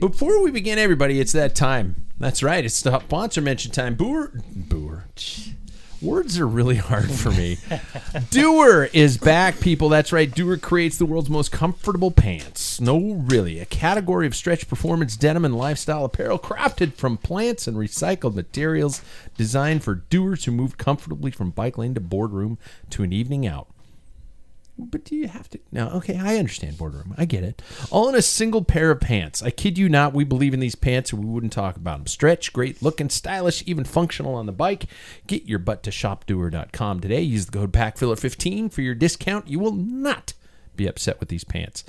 Before we begin, everybody, it's that time. That's right. It's the sponsor mention time. Boer, Boer. Words are really hard for me. Doer is back, people. That's right. Doer creates the world's most comfortable pants. No, really. A category of stretch performance denim and lifestyle apparel crafted from plants and recycled materials designed for doers who move comfortably from bike lane to boardroom to an evening out. But do you have to? No, okay, I understand boardroom. I get it. All in a single pair of pants. I kid you not, we believe in these pants or we wouldn't talk about them. Stretch, great looking, stylish, even functional on the bike. Get your butt to shopdoer.com today. Use the code PACKFILLER15 for your discount. You will not be upset with these pants.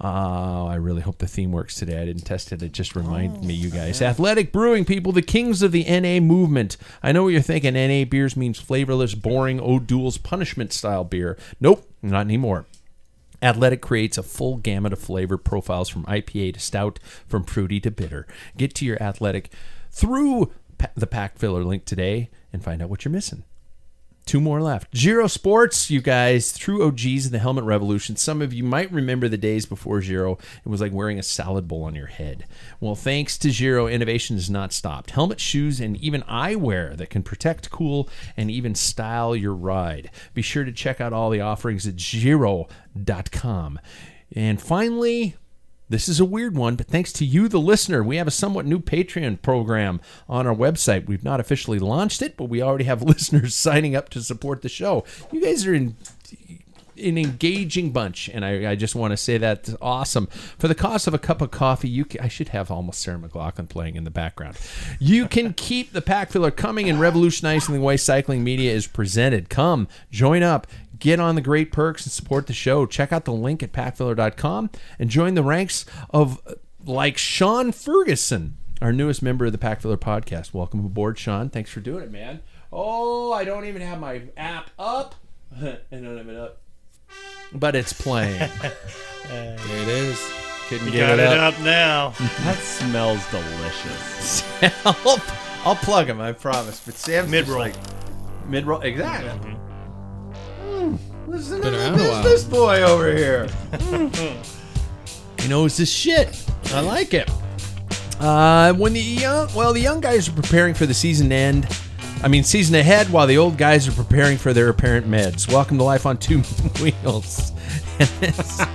Oh, I really hope the theme works today. I didn't test it. It just reminded me, you guys. Athletic Brewing people, the kings of the NA movement. I know what you're thinking. NA beers means flavorless, boring O'Doul's punishment style beer. Nope, not anymore. Athletic creates a full gamut of flavor profiles from IPA to stout, from fruity to bitter. Get to your Athletic through pa- the pack filler link today and find out what you're missing. Two more left. Giro Sports, you guys, through OGs and the helmet revolution. Some of you might remember the days before Giro, it was like wearing a salad bowl on your head. Well, thanks to Giro, innovation has not stopped. Helmet, shoes, and even eyewear that can protect, cool, and even style your ride. Be sure to check out all the offerings at Giro.com. And finally, this is a weird one, but thanks to you, the listener, we have a somewhat new Patreon program on our website. We've not officially launched it, but we already have listeners signing up to support the show. You guys are in an engaging bunch, and I, I just want to say that's awesome. For the cost of a cup of coffee, you ca I should have almost Sarah McLaughlin playing in the background. You can keep the pack filler coming and revolutionizing the way cycling media is presented. Come, join up, get on the great perks and support the show. Check out the link at packfiller.com and join the ranks of uh, like Sean Ferguson, our newest member of the Packfiller podcast. Welcome aboard, Sean. Thanks for doing it, man. Oh, I don't even have my app up. I don't have it up. But it's playing. There it is. Couldn't Got get it it up. up, now. That smells delicious. Help. I'll plug him, I promise. But Sam's Mid roll. mid roll. Exactly. Mm-hmm. Mm, listen to Been the around a while. business boy over here. Mm. he knows his shit. I like it. Uh, when the young, well, the young guys are preparing for the season end. I mean, season ahead, while the old guys are preparing for their apparent meds. Welcome to life on two wheels. And it's-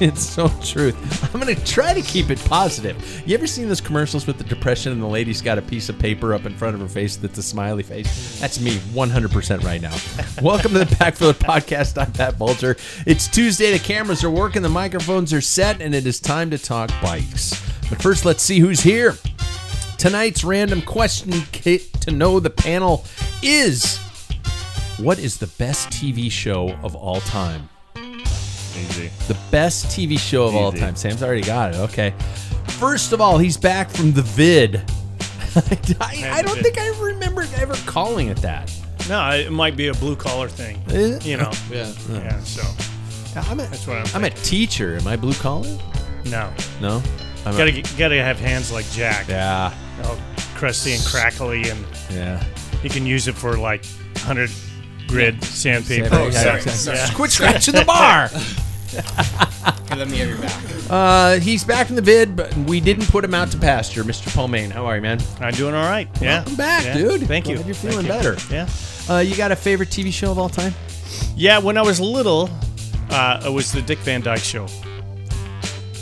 it's so truth. I'm gonna try to keep it positive. You ever seen those commercials with the depression and the lady's got a piece of paper up in front of her face that's a smiley face? That's me 100% right now. Welcome to the Backfiller Podcast. I'm Pat Bulger. It's Tuesday. The cameras are working, the microphones are set, and it is time to talk bikes. But first, let's see who's here. Tonight's random question kit to know the panel is: What is the best TV show of all time? Easy. The best TV show of all Easy. time. Sam's already got it. Okay. First of all, he's back from the vid. I, I don't think I remember ever calling it that. No, it might be a blue collar thing. Is it? You know. Yeah. Yeah, so I'm a, that's what I'm. I'm a teacher. Am I blue collar? no. No. I'm a- Gotta gotta have hands like Jack. yeah. Oh, crusty and crackly, and Yeah. you can use it for like 100 grid sandpaper. Sandpaper, Oh, yeah, sorry, exactly. Quit scratching the bar. Here, let me have your back. Uh, he's back from the vid, but we didn't put him out to pasture. Mr. Palmain, how are you, man? I'm doing all right. Yeah. Welcome back, Yeah. dude. Thank you. Glad you're Thank feeling you. better. Yeah. Uh, you got a favorite TV show of all time? Yeah, when I was little, uh, it was the Dick Van Dyke Show.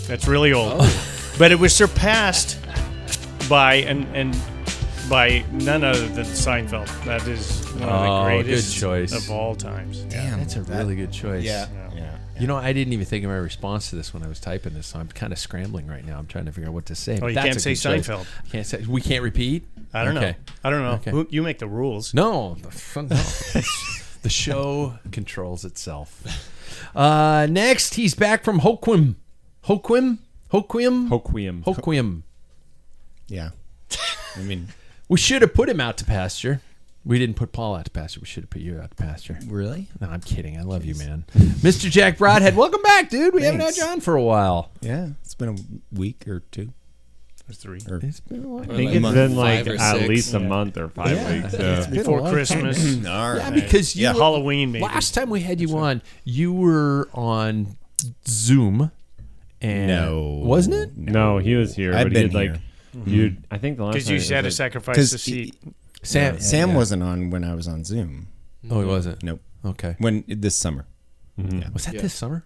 That's really old, but it was surpassed by and and by none other than Seinfeld. That is one Oh, of the good greatest choice. of all times. Yeah. Damn, That's a that- really good choice. Yeah. You know, I didn't even think of my response to this when I was typing this, so I'm kind of scrambling right now. I'm trying to figure out what to say. but Oh, you that's can't a say good choice. Seinfeld. Can't say. We can't repeat. I don't Okay. know. I don't know. Okay. Who, you make the rules. No, the, f- no. the show controls itself. Uh, next, he's back from Hoquim. Hoquim? Hoquim? Hoquiam. Hoquim. Yeah. I mean, We should have put him out to pasture. We didn't put Paul out to pasture. We should have put you out to pasture. really? No, I'm kidding. I love you, man. Mr. Jack Broadhead, welcome back, dude. We haven't had Thanks. you on for a while. Yeah. It's been a week or two. There's three. It's been a while. I think Like it's month been like five or at six. least a month or five weeks. uh, Yeah. Before Christmas. All Yeah, right. because you Yeah, were- Halloween, maybe. Last time we had you on, you were on Zoom, and wasn't it? No, he was here. I've but he been had, like here. Mm-hmm. you. I think the last Because time you it had to was, like, sacrifice the Because seat. Sam. Sam wasn't on when I was on Zoom. Oh, he wasn't. Nope. Okay. Mm-hmm. When this summer. Mm-hmm. Was that this summer?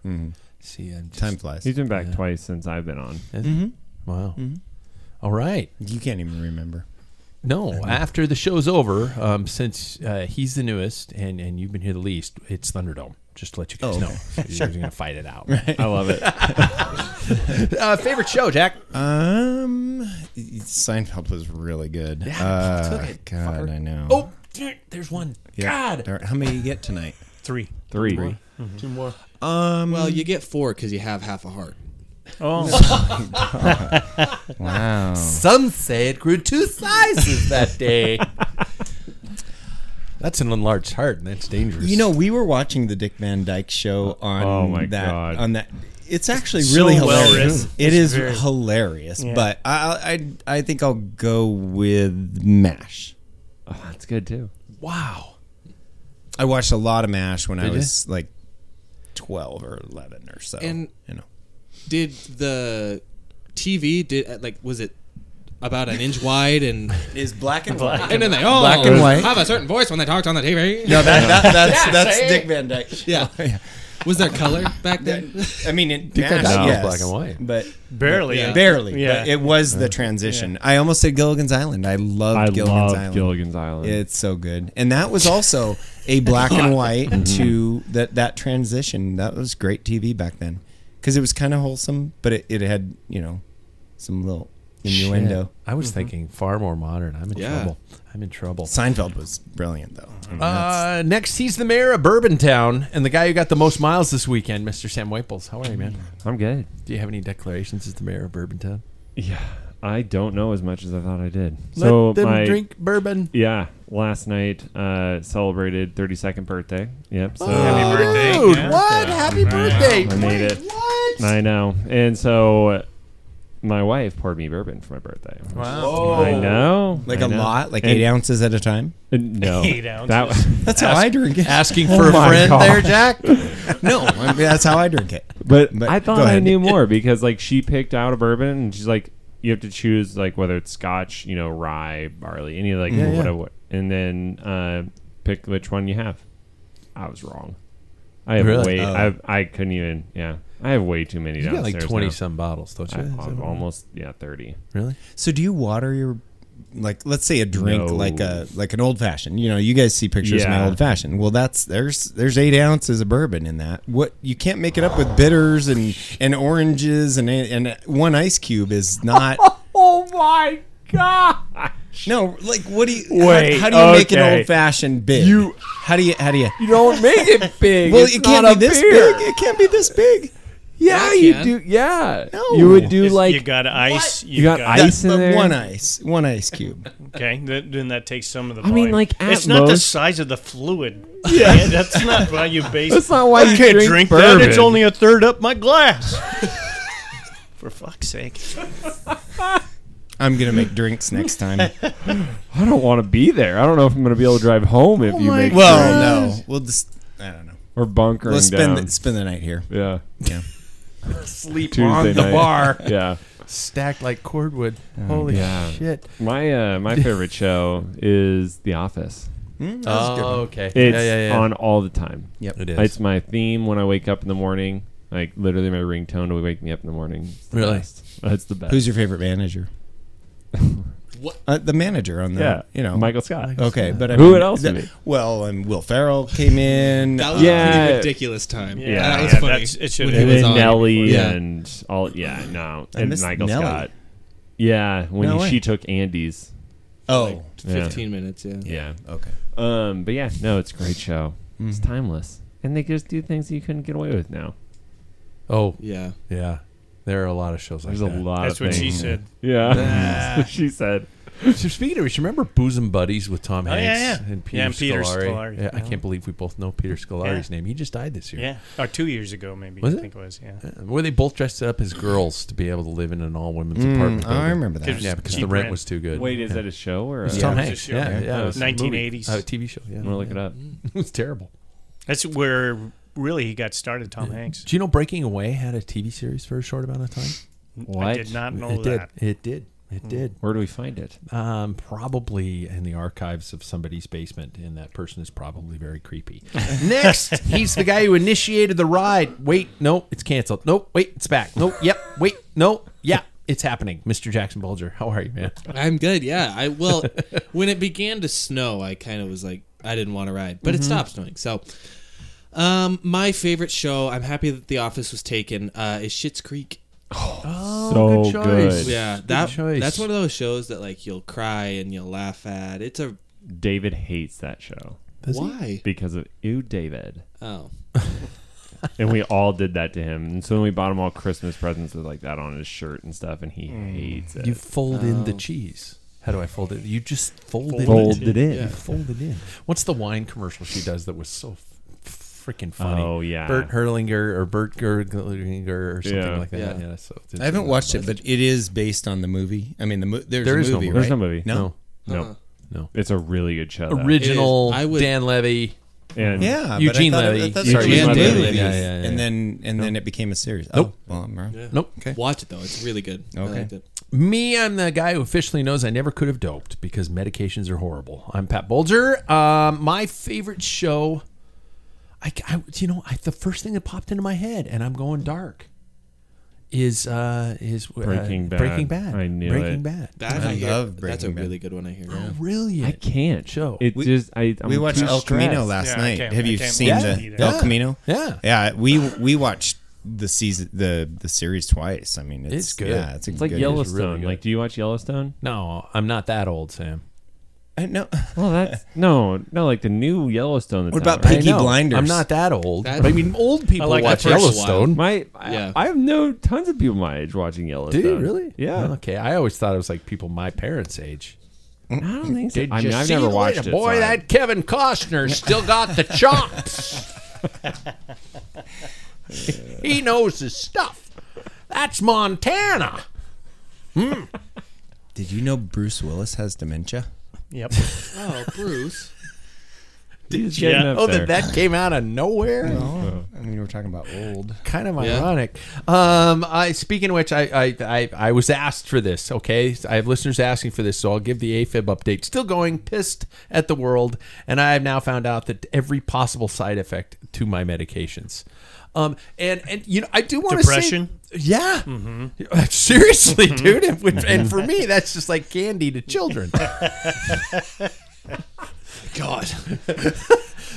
See, I'm just, Time flies. Mm-hmm. He's been back twice since I've been on. Wow. All right. You can't even remember. No, after the show's over, um, since uh, he's the newest and, and you've been here the least, it's Thunderdome. Just to let you guys Oh, know. So you guys are going to fight it out. I love it. Uh, favorite show, Jack? Um, Seinfeld was really good. Yeah, Uh, took it, God, I know. Oh, dude, there's one. Yeah. God. Darn- How many you get tonight? Three. Three. Two more. Um, Well, you get four because you have half a heart. Oh, wow. Some say it grew two sizes that day. That's an enlarged heart, and that's dangerous. You know, we were watching the Dick Van Dyke show on Oh my that God. on that. It's actually so really well hilarious. written. It It's is very- hilarious, but I, I I think I'll go with Mash. Oh, that's good too. wow. I watched a lot of Mash when I Did ya? was like twelve or eleven or so. And- you know, Did the TV did uh, like was it about an inch wide and is black and white. and then they all Black and white. have a certain voice when they talked on the TV? No, that, that, that's that's Dick Van Dyke. Oh, Yeah. Was there color back then? I mean, it, Dick Van Mash, Dyke was yes, black and white. but barely. Yeah. barely. Yeah. but it was the transition. I almost said Gilligan's Island. I loved I Gilligan's love Island. Gilligan's Island. It's so good. And that was also a black and Mm-hmm. white to that that transition. That was great TV back then because it was kind of wholesome, but it, it had you know some little innuendo. Shit. I was thinking far more modern. I'm in Yeah. trouble. I'm in trouble. Seinfeld was brilliant though. I mean, that's- Uh, next, he's the mayor of Bourbontown and the guy who got the most miles this weekend, Mr. Sam Waples. How are you, man? I'm good. Do you have any declarations as the mayor of Bourbontown? Yeah, I don't know as much as I thought I did. so Let them my drink bourbon. yeah, last night uh, celebrated 32nd birthday. Yep. So Happy birthday. Oh, Dude, yeah. what? Happy birthday. I made Wait, it. What? I know. And so my wife poured me bourbon for my birthday. I know. like a a lot, like eight ounces at a time. No. Eight ounces. That was, That's how I drink it. Oh Asking for a my friend God. there, Jack? no, I mean, that's how I drink it. but, But I go thought I ahead. knew more because like she picked out a bourbon and she's like, you have to choose like whether it's Scotch, you know, rye, barley, any like Yeah, yeah. whatever, and then uh, pick which one you have. I was wrong. I have Really? Oh. way. I I couldn't even. Yeah, I have way too many. You got like downstairs 20 now. some bottles, don't you? I- Is that I'm what- almost yeah thirty. Really? So do you water your like let's say a drink No. like a like an old fashioned. You know, you guys see pictures of my Yeah. old fashioned. Well that's there's there's eight ounces of bourbon in that. What you can't make it up with bitters and and oranges and and one ice cube is not Oh my god! No, like what do you how, Wait, how do you make an okay. old fashioned big? You- how do you how do you You don't make it big. Well it can't be this big. It can't be this big. Yeah, you can. do- Yeah, No. You would do, If you got ice. You, got got Ice in but there? one ice. One ice cube. Okay, th- then that takes some of the. mean, Volume. like, at it's not the most- size of the fluid. Yeah, that's not why you base. That's not why I you can't drink drink bourbon. that. It's only a third up my glass. For fuck's sake! I'm gonna make drinks next time. I don't want to be there. I don't know if I'm going to be able to drive home Oh if you make well, no, we'll just I don't know. or bunkering We'll spend down. the, spend the night here. yeah, Yeah. Sleep Tuesday on the night. bar, yeah. Oh stacked like cordwood. Holy God. shit! My uh, my favorite show is The Office. Oh, okay. It's yeah, yeah, yeah. on all the time. Yep, it is. It's my theme when I wake up in the morning. Like literally, my ringtone to wake me up in the morning. It's the Really? best. It's the best. Who's your favorite manager? What? Uh, the manager on the yeah? you know Michael Scott. Okay, but I Who mean, would else th- would be? Well, and Will Ferrell came in. That was a Yeah. pretty ridiculous time. Yeah. that was Yeah, funny. that's- it should when have he been. and was then on. Nelly Yeah. and all. Yeah, no, I and miss Michael Nelly. Scott. Yeah, when No he- way. she took Andy's. oh, Like Yeah. 15 minutes. Yeah. Yeah. okay. Mm-hmm. Um. But yeah, no, it's a great show. It's timeless, and they just do things that you couldn't get away with now. Oh, Yeah. yeah. There are a lot of shows like There's that. a lot. That's of what she things. said. Yeah. That's what she said. So speaking of which, remember Bosom Buddies with Tom Oh, yeah, Hanks yeah. and Peter Yeah, and Peter Scolari? Scolari. Yeah, I Yeah. can't believe we both know Peter Scolari's name. He just died this year. Yeah, or two years ago maybe. Was I it? think it was. Yeah. Uh, Were they both dressed up as girls to be able to live in an all women's Mm, apartment? Building. Mm, oh, I remember that. Could Yeah, because the Cheap rent, rent. was too good. Wait, is that a show or a, Oh, It's Yeah, it Tom was a Hanks? show. Yeah, yeah, Yeah, it was a movie. 1980s. Uh, TV show. Yeah, I'm gonna look it up. it was terrible. That's where really he got started, Tom Hanks. Do you know Breaking Away had a TV series for a short amount of time? What? I did not know it that. Hmm. did. It did. It did. Where do we find it? Um, probably in the archives of somebody's basement, and that person is probably very creepy. Next, he's the guy who initiated the ride. Wait, no, it's canceled. Nope, wait, it's back. Nope, yep, wait, no, yeah, it's happening. Mr. Jackson Bulger, how are you, man? I'm good. Yeah. I well, when it began to snow, I kind of was like, I didn't want to ride, but it stopped snowing. So, um, my favorite show. I'm happy that The Office was taken. Uh, is Schitt's Creek. Oh, so Oh, good. Yeah, Good that choice. that's one of those shows that like you'll cry and you'll laugh at. It's a David hates that show why? because of ew, David. Oh, And we all did that to him. And so then we bought him all Christmas presents with like that on his shirt and stuff, and he Mm. hates it. You fold in Oh. the cheese. How do I fold it? You just fold, it Fold in. it in. You fold it in. What's the wine commercial she does that was so f- freaking funny? Oh, yeah. Bert Herlinger or Bert Gerlinger or something Yeah. like that. Yeah. Yeah. so I haven't watched it, but it is based on the movie. I mean, the mo- there's There a is no movie, movie. There's right? no movie. No. No. Uh-huh. No. It's a really good show. though. original I would- Dan Levy. And Yeah, but Eugene I thought it- Levy. I thought Sorry, it was Eugene a Levy. movie. Yeah, yeah, yeah. And then and then it became a series. Oh, well, I'm wrong. Nope. Okay. watch it though. It's really good. I Okay. liked it. Me, I'm the guy who officially knows I never could have doped because medications are horrible. I'm Pat Bolger. Um, my favorite show, I, I- you know, I, the first thing that popped into my head, and I'm going dark, is uh, is uh, Breaking Bad. Breaking Bad. I knew Breaking it. Bad. That I I, hear- love That's a Breaking Bad. really good one. I hear. Yeah. Brilliant. I can't. show. It We- just I. I'm we watched too El Camino stressed. last Yeah, I night. can't- Have I you can't seen watch the it either. El Yeah. Camino? Yeah. yeah. We we watched the season the the series twice. I mean, it's, It's good. Yeah, it's, a It's like good- Yellowstone. good. like, do you watch Yellowstone? No, I'm not that old, Sam. I know. Well, that's no, no. Like the new Yellowstone. That's What out about right Peaky I know. Blinders? I'm not that old. That- but I mean, old people like watch that first Yellowstone. My, I, Yeah. I have no tons of people my age watching Yellowstone. Do you really? Yeah. Okay. I always thought it was like people my parents' age. I don't think so. Did I mean, you I've see never the watched leader? it. Boy, so I- that Kevin Costner's still got the chops. he knows his stuff. That's Montana. Did you know Bruce Willis has dementia? Yep. Oh, Bruce. he's getting Yeah. up Oh, there. that that came out of nowhere. Oh. I mean, we're talking about old. Kind of Yeah. ironic. Um, I speaking of which, I, I I I was asked for this. Okay, I have listeners asking for this, so I'll give the AFib update. Still going, pissed at the world, and I have now found out that every possible side effect to my medications. Um, and and you know, I do want to Depression? yeah. Seriously, dude. And, with- and for me, that's just like candy to children. God.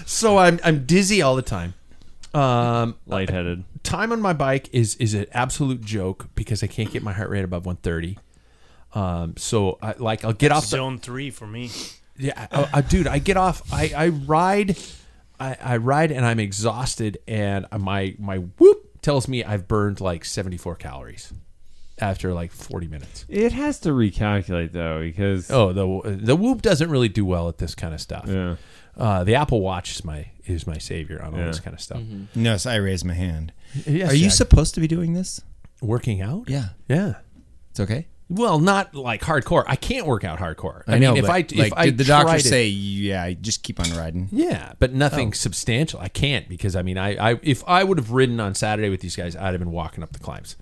so I'm I'm dizzy all the time. Um, lightheaded. time on my bike is is an absolute joke because I can't get my heart rate above 130. Um, so I like I'll get off the Zone three for me. yeah, I, I- dude, I get off. I, I ride, I, I ride, and I'm exhausted, and my my whoop tells me I've burned like 74 calories after like 40 minutes. It has to recalculate though because Oh, the the whoop doesn't really do well at this kind of stuff. yeah. Uh, the Apple Watch is my is my savior on all this Yeah. kind of stuff. No, so I raised my hand. Yes, Are you Jack. supposed to be doing this? working out? Yeah. yeah. It's okay. Well, not like hardcore. I can't work out hardcore. I, I, know. mean, if but, I like, if I did the doctor tried it- say, yeah, just keep on riding? Oh. Yeah, but nothing substantial. I can't because I mean, I, I if I would have ridden on Saturday with these guys, I'd have been walking up the climbs.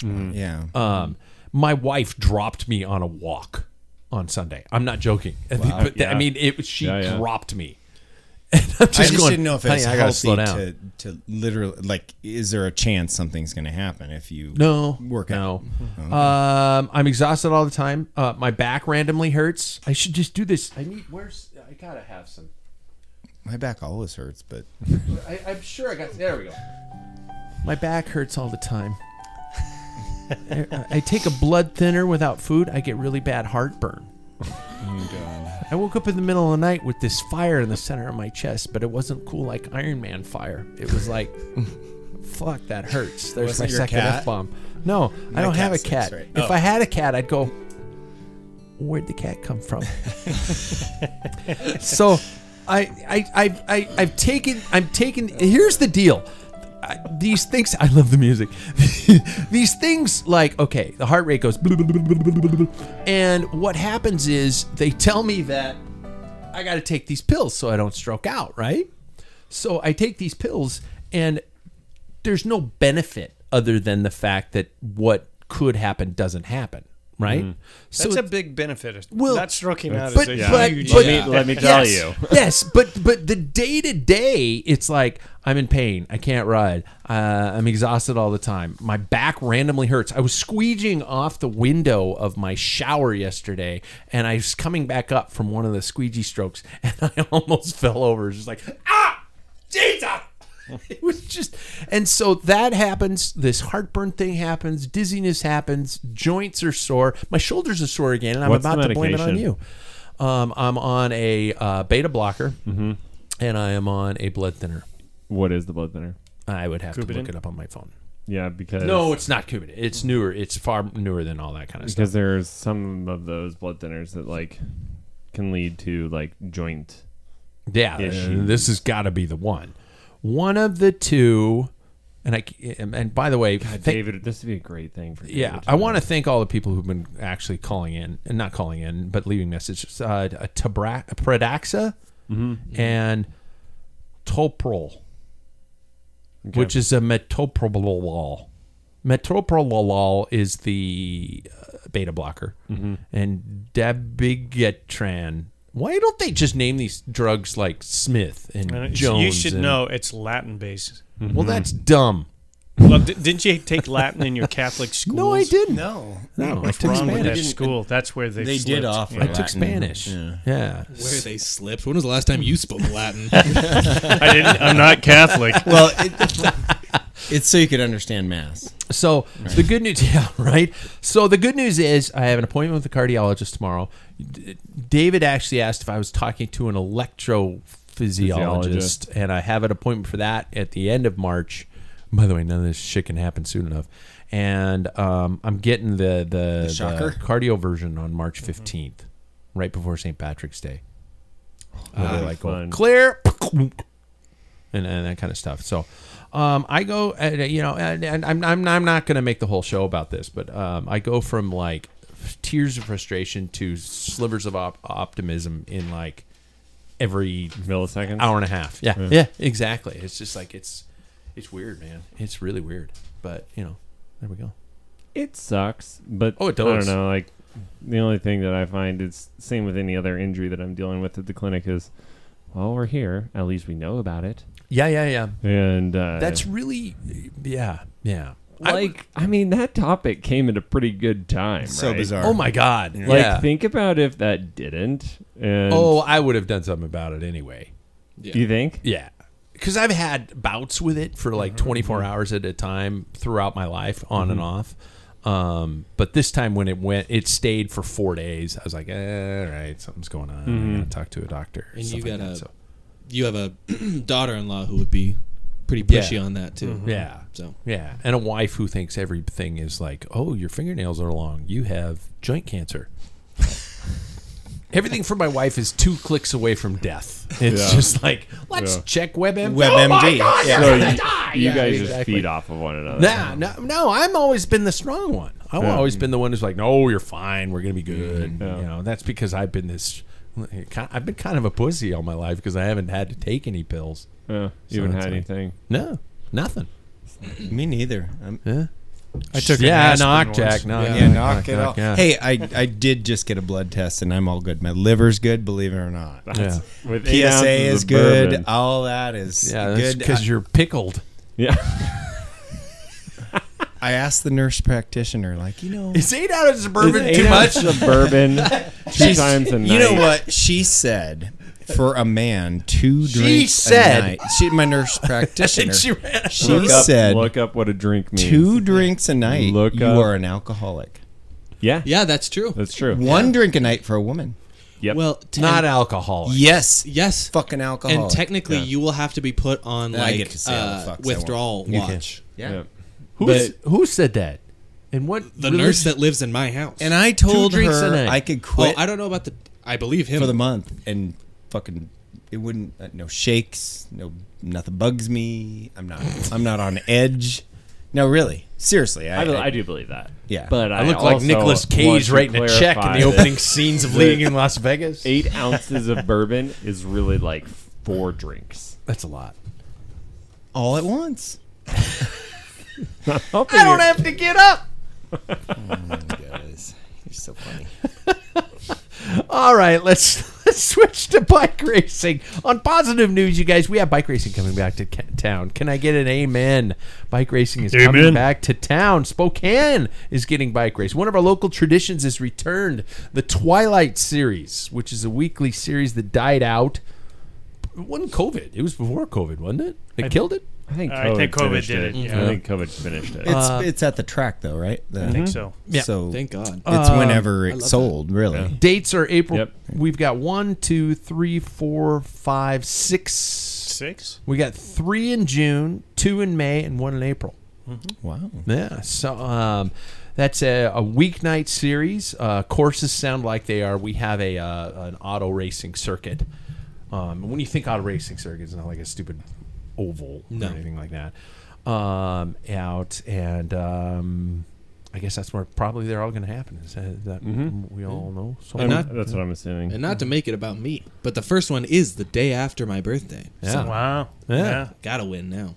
Mm, Yeah. Um, my wife dropped me on a walk on Sunday. I'm not joking. But I mean, it was- she Yeah, yeah. dropped me. And I'm just I just going, didn't know if "Honey, it's I healthy gotta slow down. to to literally like. Is there a chance something's going to happen if you No, work no. out? Um, I'm exhausted all the time. Uh, my back randomly hurts. I should just do this. I need. Where's? I gotta have some. My back always hurts, but I, I'm sure I got. There we go. My back hurts all the time. I, I take a blood thinner without food. I get really bad heartburn. Oh, I woke up in the middle of the night with this fire in the center of my chest, but it wasn't cool like Iron Man fire. It was like, fuck, that hurts. There's my Wasn't your second cat? f bomb. No, I My don't have a cat cat. sucks, right? If I had a cat, I'd go. Where'd the cat come from? so I, I, I, I, I've taken, I'm taken. Here's the deal. I, these things, I love the music. these things, like, okay, the heart rate goes, and what happens is they tell me that I got to take these pills so I don't stroke out, right? So I take these pills, and there's no benefit other than the fact that what could happen doesn't happen, right? So That's it- a big benefit. Well, not stroking out but, is a but, huge but- Let me- let me tell yes, you. yes, but but the day to day, it's like I'm in pain. I can't ride. Uh, I'm exhausted all the time. My back randomly hurts. I was squeeging off the window of my shower yesterday, and I was coming back up from one of the squeegee strokes, and I almost fell over. It's Just like ah, Jesus it was just and so that happens this heartburn thing happens dizziness happens joints are sore my shoulders are sore again and i'm What's the about to blame it on you medication? um, i'm on a uh, beta blocker and i am on a blood thinner What is the blood thinner? i would have to Coumadin? look it up on my phone Yeah, because no it's not Coumadin. it's newer it's far newer than all that kind of stuff because there's some of those blood thinners that like can lead to like joint. yeah Issues. this has got to be the one one of the two and i c- and by the way thank- David, this would be a great thing for. David Yeah, to I know. want to thank all the people who've been actually calling in and not calling in, but leaving messages. Uh, a Tabra- a Pradaxa Mm-hmm. and Toprol, which is a metoprolol. Metoprolol is the uh, beta blocker, Mm-hmm. and dabigatran. Why don't they just name these drugs like Smith and Uh, Jones? you should and- Mm-hmm. know Mm-hmm. it's Latin based. Well, that's dumb. Well, d- didn't you take Latin in your Catholic school? No, I didn't. no. No, I Oh. What's took wrong with Spanish. that school? That's where they They slipped. did offer. I took Spanish. yeah. Where they slipped. When was the last time you spoke Latin? I didn't. I'm not Catholic. Well, it, it's so you could understand mass. So the good news, yeah, right. So the good news is I have an appointment with a cardiologist tomorrow. D- David actually asked if I was talking to an electrophysiologist, Physiologist. and I have an appointment for that at the end of March. By the way, none of this shit can happen soon enough. And um, I'm getting the the, the shocker? cardio version on March 15th, right before St. Patrick's Day. Oh, Where they like go fun. clear, and, and that kind of stuff. So um, I go, uh, you know, and, and I'm, I'm, I'm not going to make the whole show about this, but um, I go from like tears of frustration to slivers of op- optimism in like every milliseconds. hour and a half. Yeah, yeah, exactly. It's just like it's it's weird, man. It's really weird, but you know, there we go. It sucks, but Oh, it I does. don't know. Like the only thing that I find is same with any other injury that I'm dealing with at the clinic is, well, we're here. At least we know about it. Yeah, yeah, yeah. And uh, That's really, yeah, yeah. I would- like I, mean that topic came at a pretty good time. So right? bizarre. oh my god, Like yeah. think about if that didn't. And oh, I would have done something about it anyway. you think? Yeah. Because I've had bouts with it for Mm-hmm. like 24 hours at a time throughout my life, on Mm-hmm. and off. Um, but this time when it went, it stayed for four days. I was like, eh, all right, something's going on. Mm-hmm. I gotta talk to a doctor. And stuff you like got that, a- so. you have a daughter-in-law who would be pretty Yeah. pushy on that too. yeah, So yeah, and a wife who thinks everything is like, oh, your fingernails are long. You have joint cancer. Everything for my wife is two clicks away from death. It's just like let's Yeah. check WebMD. Oh my WebMD. God, Yeah. you're So you, gonna die! you Yeah, guys just exactly. feed off of one another. Nah, no, no. I'm always been the strong one. I've Yeah. always been the one who's like, "No, you're fine. We're gonna be good." Mm-hmm. Yeah. You know, that's because I've been this. I've been kind of a pussy all my life because I haven't had to take any pills. Yeah, So you haven't it's had like- anything. No, nothing. Me neither. I'm, I took an yeah, aspirin knock, once. Jack, knock, yeah, knock it off. yeah. Hey, I, I did just get a blood test and I'm all good. My liver's good, believe it or not. yeah, With eight PSA ounces is of good. bourbon. All that is yeah. That's good. I, because you're pickled. Yeah. I asked the nurse practitioner, like, you know, Is eight ounces of bourbon Eight too much? ounces of bourbon two She's- times a night. You know what she said? For a man, two drinks said- a night. She, my nurse practitioner. And she ran out. she Look up, said, look up what a drink means. two drinks a night. Look you up- are an alcoholic. Yeah, Yeah, that's true. that's true. One drink a night for a woman. Yep. Well, t- not and- alcoholic. Yes, yes, fucking alcoholic. And technically, you will have to be put on I like get to say all the fucks I uh, want. withdrawal You can. watch. yeah. Yep. Who's, who said that? And what The nurse that lives in my house. And I told drinks a her night. I could oh, quit I don't know about the. I believe him. for the month and fucking it wouldn't. Uh, no shakes. No nothing bugs me. I'm not. I'm not on edge. No, really. Seriously, I, I, do- I- I do believe that. Yeah. But I I, look like also Nicolas want Cage to writing a check in clarify the opening that scenes of the- Leading Oh, in Las Vegas. Eight ounces of bourbon is really like four drinks. That's a lot. all at once. I don't have to. Oh, Guys, you're so funny. All right, let's let's switch to bike racing. On positive news, you guys, we have bike racing coming back to ca- town. Can I get an amen? Bike racing is coming Amen. back to town. Spokane is getting bike race. One of our local traditions has returned the Twilight series, which is a weekly series that died out. It wasn't COVID. It was before COVID, wasn't it? They killed it. I think I think COVID finished did it, yeah. I think COVID finished it. It's Uh, it's at the track though, right? The- I think so. Mm-hmm. Mm-hmm. Yeah. Um, So Thank God. Uh, it's whenever it's sold, really. Dates are April. Yep. We've got one, two, three, four, five, six. Six? We got three in June, two in May, and one in April. Mm-hmm. Wow. Yeah. So um, that's a, a weeknight series. Uh, courses sound like they are. We have a uh, an auto racing circuit. Um, when you think auto racing circuit, it's not like a stupid oval or anything like that. Um, out and um, I guess that's where probably they're all going to happen. Is that, that Mm-hmm. Mm-hmm. Mm-hmm. we all know? So And not- That's what I'm assuming. and not to make it about me, but the first one is the day after my birthday. yeah. Wow. Yeah. Gotta win now.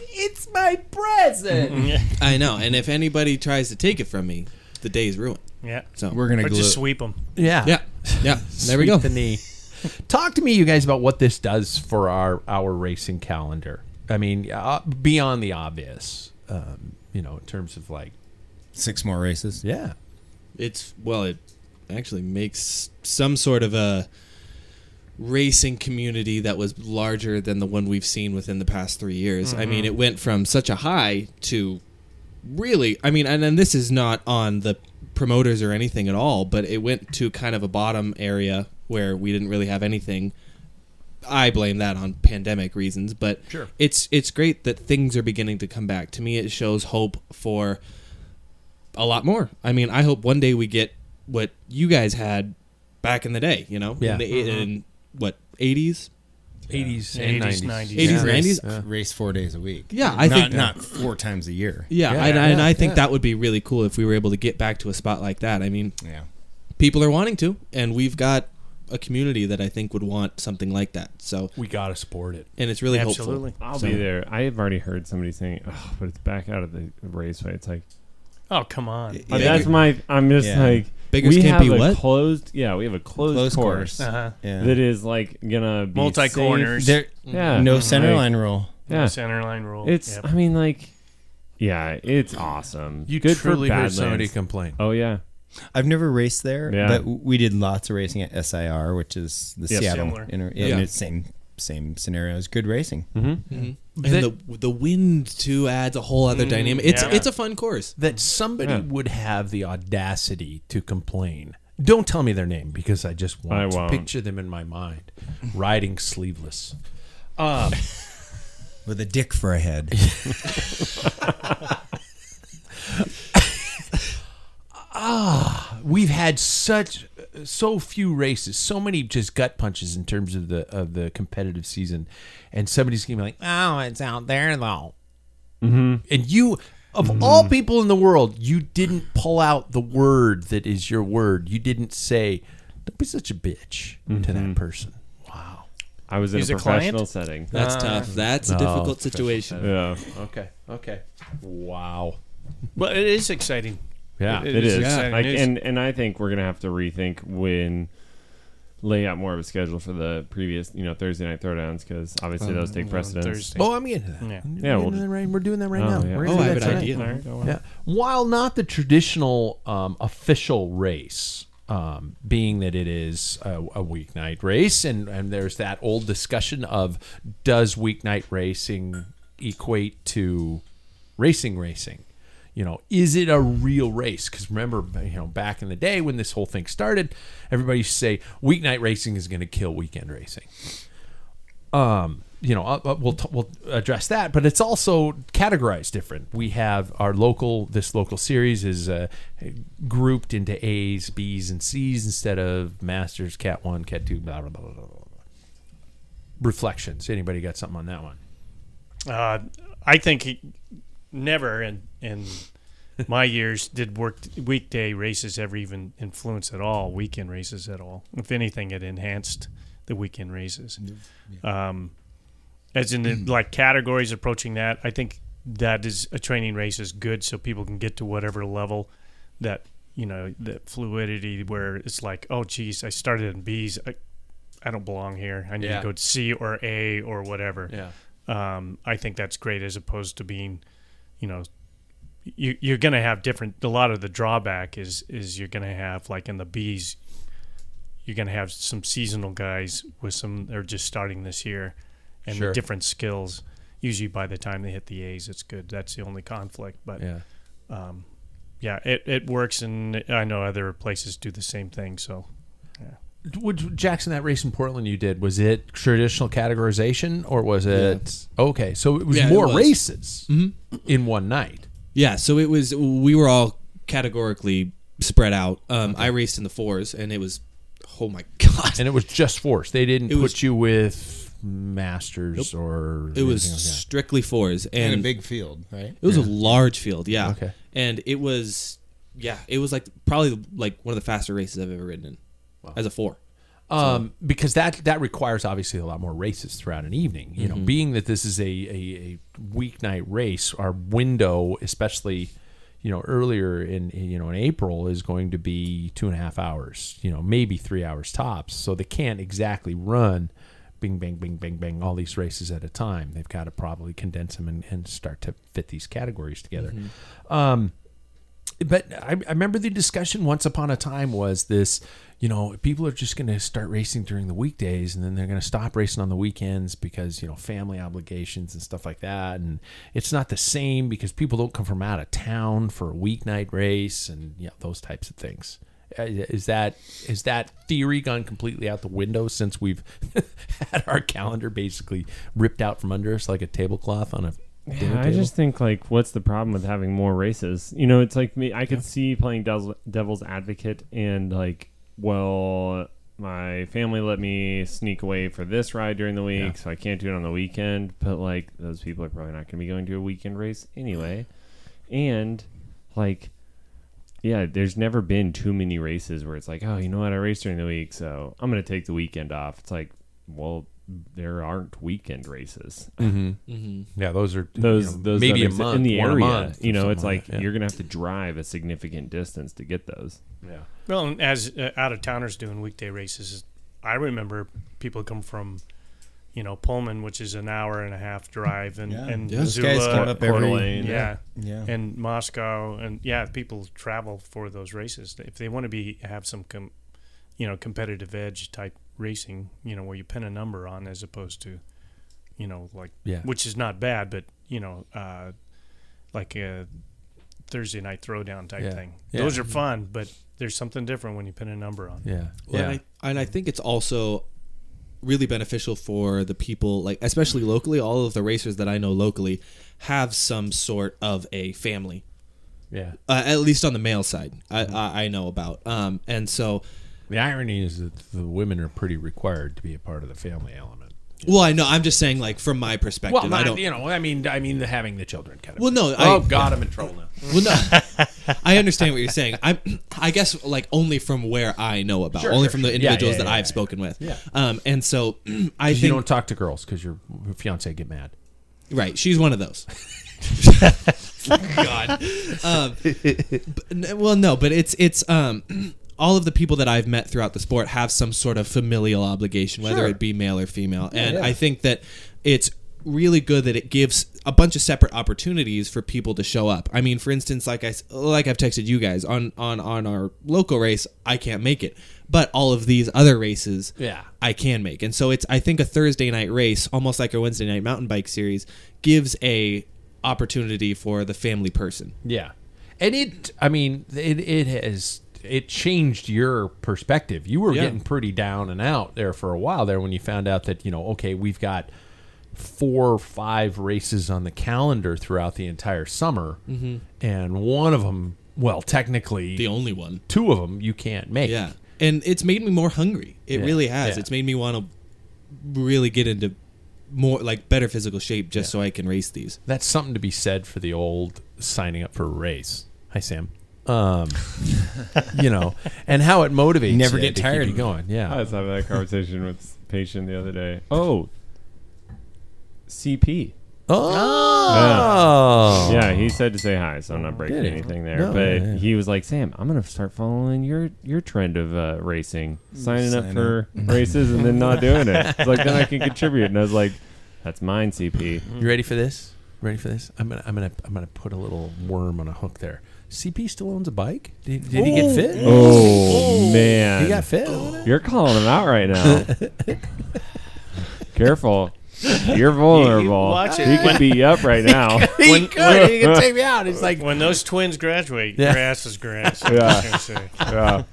It's my present. I know. And if anybody tries to take it from me, the day is ruined. Yeah. So We're gonna Or glue just it. sweep them. yeah. Yeah. Yeah. There Sweep we go. The knee. Talk to me, you guys, about what this does for our our racing calendar. I mean, uh, beyond the obvious, um, you know, in terms of like, six more races. yeah, it's well it actually makes some sort of a racing community that was larger than the one we've seen within the past three years i mean it went from such a high to really i mean and, and this is not on the promoters or anything at all but it went to kind of a bottom area where we didn't really have anything I blame that on pandemic reasons, but Sure. it's it's great that things are beginning to come back. To me, it shows hope for a lot more. I mean, I hope one day we get what you guys had back in the day. You know, Yeah. in, the, in Mm-hmm. what eighties, eighties, 80s, eighties, 90s. eighties, yeah. nineties. Race four days a week. Yeah, I not, think- not four times a year. Yeah, Yeah. and, and Yeah. I think Yeah. that would be really cool if we were able to get back to a spot like that. I mean, Yeah. people are wanting to, and we've got a community that I think would want something like that. So, We gotta support it. and it's really Absolutely. hopeful. I'll So- be there. I have already heard somebody saying, oh, but it's back out of the raceway. It's like, Oh, come on. Uh, Yeah. that's my. I'm just Yeah. like Beggars we can't have be a what? closed. Yeah, we have a closed, Close course, course. Uh-huh. Yeah. that is like gonna be Multi corners. safe. There, Yeah, no center like, line rule. Yeah, Center line rule. it's. Yep. I mean, like, yeah, Uh, it's awesome. You Good truly for heard somebody Badlands. complain. Oh yeah, I've never raced there, Yeah. but we did lots of racing at SIR, which is the Yeah, Seattle. similar. Inter- Yeah. And it's same same scenario. It's good racing. Mm-hmm. Mm-hmm. Mm-hmm. and the the wind too adds a whole other dynamic. It's yeah. it's a fun course. That somebody Yeah. would have the audacity to complain. Don't tell me their name because I just want I to won't. picture them in my mind, riding sleeveless. Uh, With a dick for a head. Ah, We've had had such so few races, so many just gut punches in terms of the of the competitive season, and somebody's gonna be like, "Oh, it's out there though," mm-hmm. and you. Of Mm-hmm. all people in the world, you didn't pull out the word that is your word. You didn't say, "Don't be such a bitch" to Mm-hmm. that person. Wow. I was in He's a a client? professional setting. That's tough. That's a difficult situation. Yeah, Okay. Okay. Wow. Well, it is exciting. yeah, It- it it is is. exciting Like, news. and and I think we're gonna have to rethink when lay out more of a schedule for the previous, you know, Thursday night throwdowns because obviously those take precedence. Thursday. Oh, I'm getting that. Yeah. Yeah, we're, we'll- doing that right, we're doing that right Oh, now. yeah. We're do Oh, I that have an tonight. idea. All right, go on. Yeah. While not the traditional um, official race, um, being that it is a, a weeknight race, and, and there's that old discussion of does weeknight racing equate to racing racing? You know, is it a real race? Because remember, you know, back in the day when this whole thing started, everybody used to say weeknight racing is going to kill weekend racing um, you know, uh, uh, we'll t- we'll address that, but it's also categorized different. We have our local. This local series is uh, grouped into A's, B's, and C's instead of Masters, Cat One, Cat Two, blah blah blah. blah, blah. blah. Reflections. Anybody got something on that one? Uh, I think he, never in in my years did work weekday races ever even influence at all weekend races at all. If anything, it enhanced the weekend races. Um, as in the Hmm. like categories approaching that, I think that is a training race is good so people can get to whatever level that you know that fluidity where it's like oh geez I started in B's I, I don't belong here I need Yeah. to go to C or A or whatever Yeah. um, I think that's great as opposed to being, you know, you, you're going to have different. A lot of the drawback is is you're going to have like in the bees, you're going to have some seasonal guys with some they're just starting this year, and Sure. the different skills. Usually by the time they hit the A's, it's good. That's the only conflict. But yeah, it, it works, and I know other places do the same thing. So Would Jackson that race in Portland you did was it traditional categorization or was it okay? So it was Yeah, it more was. Mm-hmm. races in one night. Yeah, so it was we were all categorically spread out. Um, I raced in the fours, and it was oh my god, and it was just force. They didn't It put was- you with masters or it was anything like that. strictly fours, and, in a big field, right? it was a large field. Yeah, Okay. and it was yeah, it was like probably like one of the faster races I've ever ridden in as a four. um, because that that requires obviously a lot more races throughout an evening. You know, being that this is a, a a weeknight race, our window, especially you know earlier in in, you know in April, is going to be two and a half hours. You know, maybe three hours tops. So they can't exactly run. Bing, bang, bing, bang, bang, all these races at a time. They've got to probably condense them and, and start to fit these categories together. Um, but I, I remember the discussion once upon a time was this you know people are just going to start racing during the weekdays and then they're going to stop racing on the weekends because you know family obligations and stuff like that and it's not the same because people don't come from out of town for a weeknight race and you know, those types of things Uh, is that is that theory gone completely out the window since we've had our calendar basically ripped out from under us like a tablecloth on a dinner Yeah, I table? just think like, what's the problem with having more races? You know, it's like me. I could see playing devil's, devil's advocate and like, well, my family let me sneak away for this ride during the week, so I can't do it on the weekend. But like, those people are probably not going to be going to a weekend race anyway. And like, yeah, there's never been too many races where it's like, oh, you know what, I raced during the week, so I'm going to take the weekend off. It's like, well. There aren't weekend races Mm-hmm. Mm-hmm. yeah those are you those know, those maybe a that exist month in the one a area. month or you know, something it's like that, yeah. you're gonna have to drive a significant distance to get those. Well, and as uh, out of towners doing weekday races, I remember people come from, you know, Pullman, which is an hour and a half drive, and and Those Missoula, guys come up every- yeah, yeah, Yeah. and Moscow, and yeah, people travel for those races if they want to be have some, com, you know, competitive edge type racing, you know, where you pin a number on as opposed to, you know, like Yeah. which is not bad, but you know, uh, like a Thursday night throwdown type Yeah. thing. Yeah. Those are fun, but there's something different when you pin a number on. yeah Well, yeah and, I, and I think it's also really beneficial for the people, like especially locally. All of the racers that I know locally have some sort of a family Yeah. uh, at least on the male side, I, I, I know about. Um, and so, Mm-hmm. The irony is that the women are pretty required to be a part of the family element. well, I know. I'm just saying, like from my perspective, Well, I not, don't. you know, I mean, I mean, the having the children kind of. Well, no, thing. I- oh God, I'm in trouble now. Well, no, I understand what you're saying. I, I guess, like only from where I know about, Sure, only sure, from the sure. Yeah, individuals yeah, that yeah, I've yeah. spoken with. Yeah. Um, and so I think You don't talk to girls because your fiance get mad. Right, she's one of those. God. Um, but n- well, no, but it's it's um, all of the people that I've met throughout the sport have some sort of familial obligation, whether it be male or female, and I think that it's really good that it gives a bunch of separate opportunities for people to show up. I mean, for instance, like I s- like I've texted you guys on on on our local race, I can't make it, but all of these other races, Yeah. I can make. And so it's I think a Thursday night race, almost like a Wednesday night mountain bike series, gives a opportunity for the family person. Yeah, and it. I mean, it it has it changed your perspective. You were Yeah. getting pretty down and out there for a while there when you found out that you know, okay, we've got four or five races on the calendar throughout the entire summer, and one of them, well, technically, The only one. two of them you can't make. Yeah. And it's made me more hungry. It Yeah, really has. yeah. It's made me want to really get into more like better physical shape just so I can race these. that's something to be said for the old signing up for a race. Hi, Sam. Um, you know, and how it motivates. Never you get to keep tired. you going. I Yeah. was having that conversation with this patient the other day. Oh, CP. Oh. Yeah, he said to say hi, so I'm not breaking Did he? anything there. No, but yeah, yeah. he was like, "Sam, I'm gonna start following your your trend of uh, racing, signing up Sign for races and then not doing it. It's like then I can contribute." And I was like, "That's mine, CP." You ready for this? Ready for this? I'm gonna, I'm gonna, I'm gonna put a little worm on a hook there. CP still owns a bike. Did, did he get fit? Oh man, He got fit. on it? You're calling him out right now. Careful. You're vulnerable. watch it. He could be up right now. When, Wait, when, he can take me out. It's like when those twins graduate, Yeah. grass is grass. I Yeah. was gonna say. Yeah.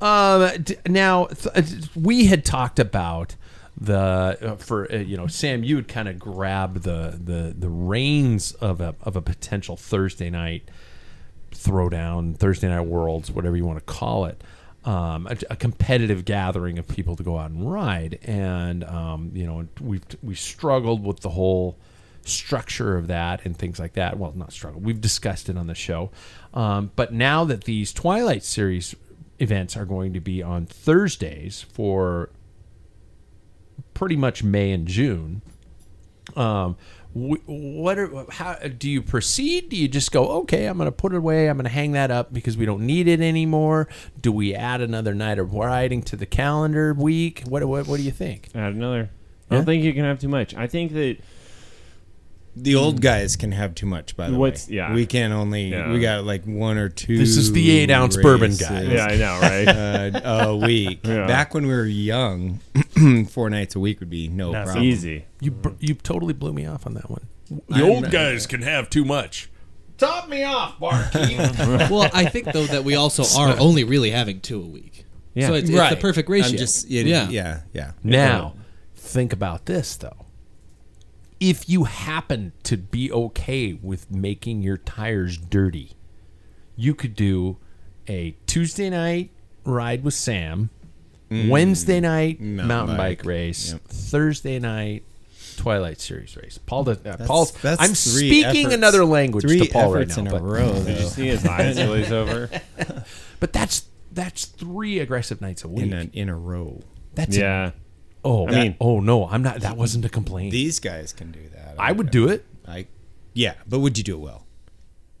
Um, d- now th- uh, we had talked about the uh, for uh, you know Sam, you would kind of grab the the the reins of a of a potential Thursday night throwdown, Thursday night worlds, whatever you want to call it. Um, a, a competitive gathering of people to go out and ride, and um, you know, and we've we struggled with the whole structure of that and things like that. Well, not struggle. We've discussed it on the show, um, but now that these Twilight series events are going to be on Thursdays for pretty much May and June. Um, wh- what are how do you proceed? Do you just go okay? I'm going to put it away. I'm going to hang that up because we don't need it anymore. Do we add another night of riding to the calendar week? What what, what do you think? Add another. I don't Yeah? think you can have too much. I think that The old guys can have too much, by the Hmm. What's- way. yeah. We can only Yeah. we got like one or two. This is the eight-ounce bourbon guy. races, yeah, I know, right? Uh, a week. Yeah. Back when we were young, four nights a week would be no That's problem. Easy. You br- you totally blew me off on that one. The I'm- old guys can have too much. Top me off, Barkeep. well, I think though that we also are only really having two a week. Yeah. So it's, it's Right. the perfect ratio. I'm just it, yeah. yeah, yeah, yeah. Now, think about this though. If you happen to be okay with making your tires dirty, you could do a Tuesday night ride with Sam, Wednesday night mountain, bike, bike. race, Mm. Yep. Thursday night Twilight Series race. Paul, does, uh, Paul's. that's I'm three speaking efforts- another language Three to Paul right efforts now, in but, a row. Did though. you see his eyes glaze over? but that's that's three aggressive nights a week. in a in a row. that's it. Yeah. oh, I that- mean- oh no, I'm not. That wasn't a complaint. These guys can do that. I would do it. I, yeah, but would you do it well?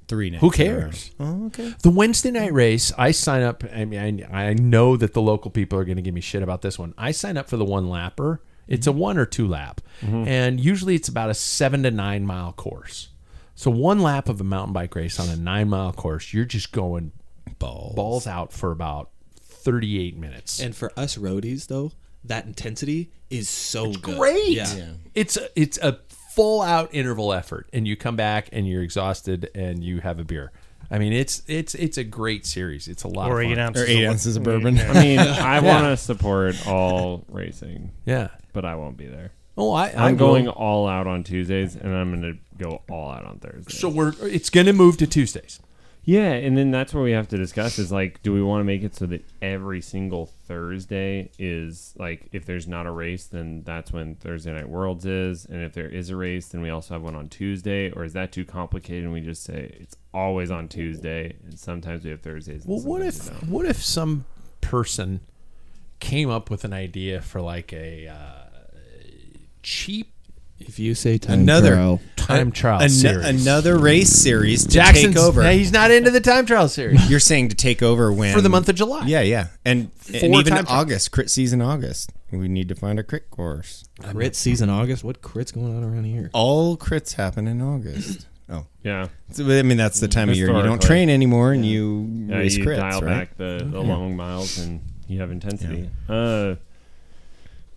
Three nights. Who in a row. cares? Oh, okay. The Wednesday night race, I sign up. I mean, I, I know that the local people are going to give me shit about this one. I sign up for the one lapper. It's a one or two lap, Mm-hmm. and usually it's about a seven to nine mile course. So one lap of a mountain bike race on a nine mile course, you're just going balls, out for about thirty eight minutes. And for us roadies though, that intensity is so good. great. Yeah. It's a, it's a full out interval effort, and you come back and you're exhausted and you have a beer. I mean, it's it's it's a great series. It's a lot Or of fun. eight ounces. Or eight of- ounces of bourbon. I mean, I want to support all racing, Yeah. but I won't be there. Oh, I, I I'm will. going all out on Tuesdays, and I'm going to go all out on Thursday. So we're it's going to move to Tuesdays. Yeah, and then that's where we have to discuss is like, do we want to make it so that every single Thursday is like, if there's not a race, then that's when Thursday Night Worlds is, and if there is a race, then we also have one on Tuesday, or is that too complicated? And we just say it's always on Tuesday, and sometimes we have Thursdays. and Well, what sometimes if we don't. what if some person came up with an idea for like a uh, cheap If you say time Another trial, Hmm. time trial An- series? Another race series to Jackson's- take over. Yeah, he's not into the time trial series. You're saying to take over when For the month of July. Yeah, yeah, and, and Four even time- August crit season August. We need to find a crit course. crit season August. What crit's going on around here? All crits happen in August. Oh, yeah, So, I mean that's the time of year you don't Historically. train anymore and you yeah race you crits, dial right? back the, the long miles and you have intensity. Yeah. Uh,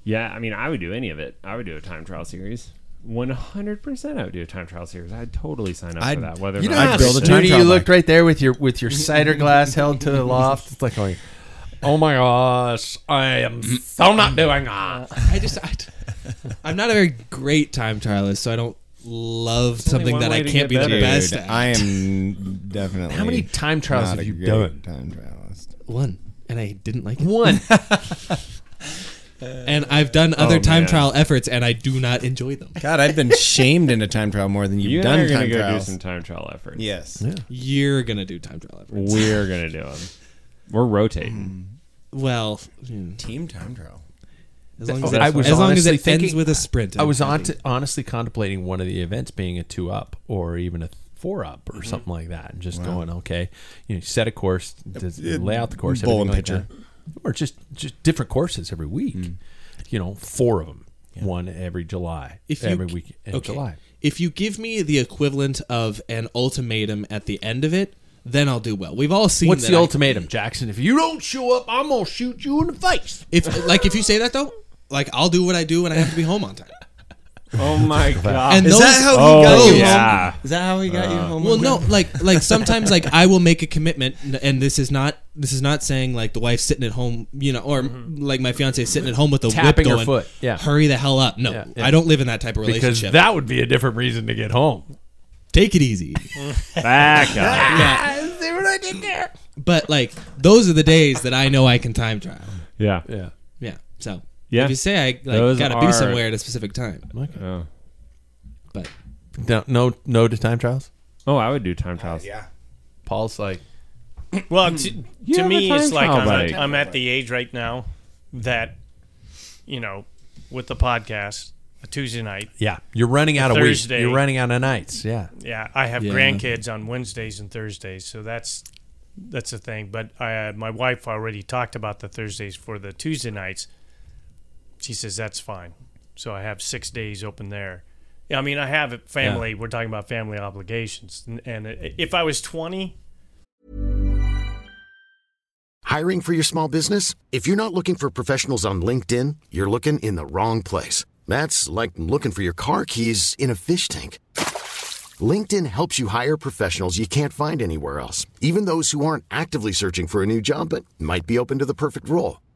yeah, I mean, I would do any of it. I would do a time trial series. One hundred percent, I would do a time trial series. I'd totally sign up I'd- for that. Whether or You know not how I'd build a time snooty you trial looked bike. right there with your with your cider glass held to the loft. It's like going, oh my gosh, I am so not doing that. I just, I, am not a very great time trialist, so I don't love something one that I way to can't get be the better. best Dude, at. I am definitely. How many time trials not have a you great done? Time trialist. one, and I didn't like it. One. And I've done other Oh, time man. trial efforts, and I do not enjoy them. God, I've been shamed into time trial more than you've you and I done are gonna time go trials. do some time trial efforts. yes. You're gonna do time trial efforts. we're gonna do them. We're Hmm. rotating. Well, mm, Team time trial. as long as, I was as, long as honestly it ends thinking- with a sprint. I was I'm on happy. honestly contemplating one of the events being a two up or even a four up Mm-hmm. or something like that, and just going okay, you know, set a course, does- lay out the course, bowl and everything like pitcher. that. or just just different courses every week. You know, four of them, one every July, If you every g- week in okay. July. If you give me the equivalent of an ultimatum at the end of it, then I'll do well. We've all seen What's that the I- ultimatum, Jackson? If you don't show up, I'm gonna shoot you in the face. If like if you say that though, like I'll do what I do when I have to be home on time. Oh my god! And Is those- that how Oh, he got you yeah. Uh, home? Is that how he got Uh. you home? Well, no, like like sometimes like I will make a commitment, n- and this is not this is not saying like the wife sitting at home, you know, or Mm-hmm. like my fiance sitting at home with a Tapping whip her going, foot, yeah. hurry the hell up. No, Yeah, yeah. I don't live in that type of Because relationship. that would be a different reason to get home. Take it easy. Back up. See what I did there? but like those are the days that I know I can time trial. Yeah. Yeah. Yeah, so Yeah. if you say I like Those got to are- be somewhere at a specific time, Oh. but No, no, no to time trials. Oh, I would do time trials. Yeah. Uh, Paul's like, Well, to, to have me, a it's time like trial I'm, bike. at- I'm at the age right now that, you know, with the podcast, a Tuesday night, yeah, you're running out of weeks. Thursday. You're running out of nights. Yeah. yeah, I have Yeah. grandkids on Wednesdays and Thursdays, so that's that's the thing. But I, uh, my wife already talked about the Thursdays for the Tuesday nights. She says that's fine, so I have six days open there. Yeah, I mean, I have it- family. We're talking about family obligations, and, and if I was twenty, Hiring for your small business? If you're not looking for professionals on LinkedIn, you're looking in the wrong place. That's like looking for your car keys in a fish tank. LinkedIn helps you hire professionals you can't find anywhere else, even those who aren't actively searching for a new job but might be open to the perfect role.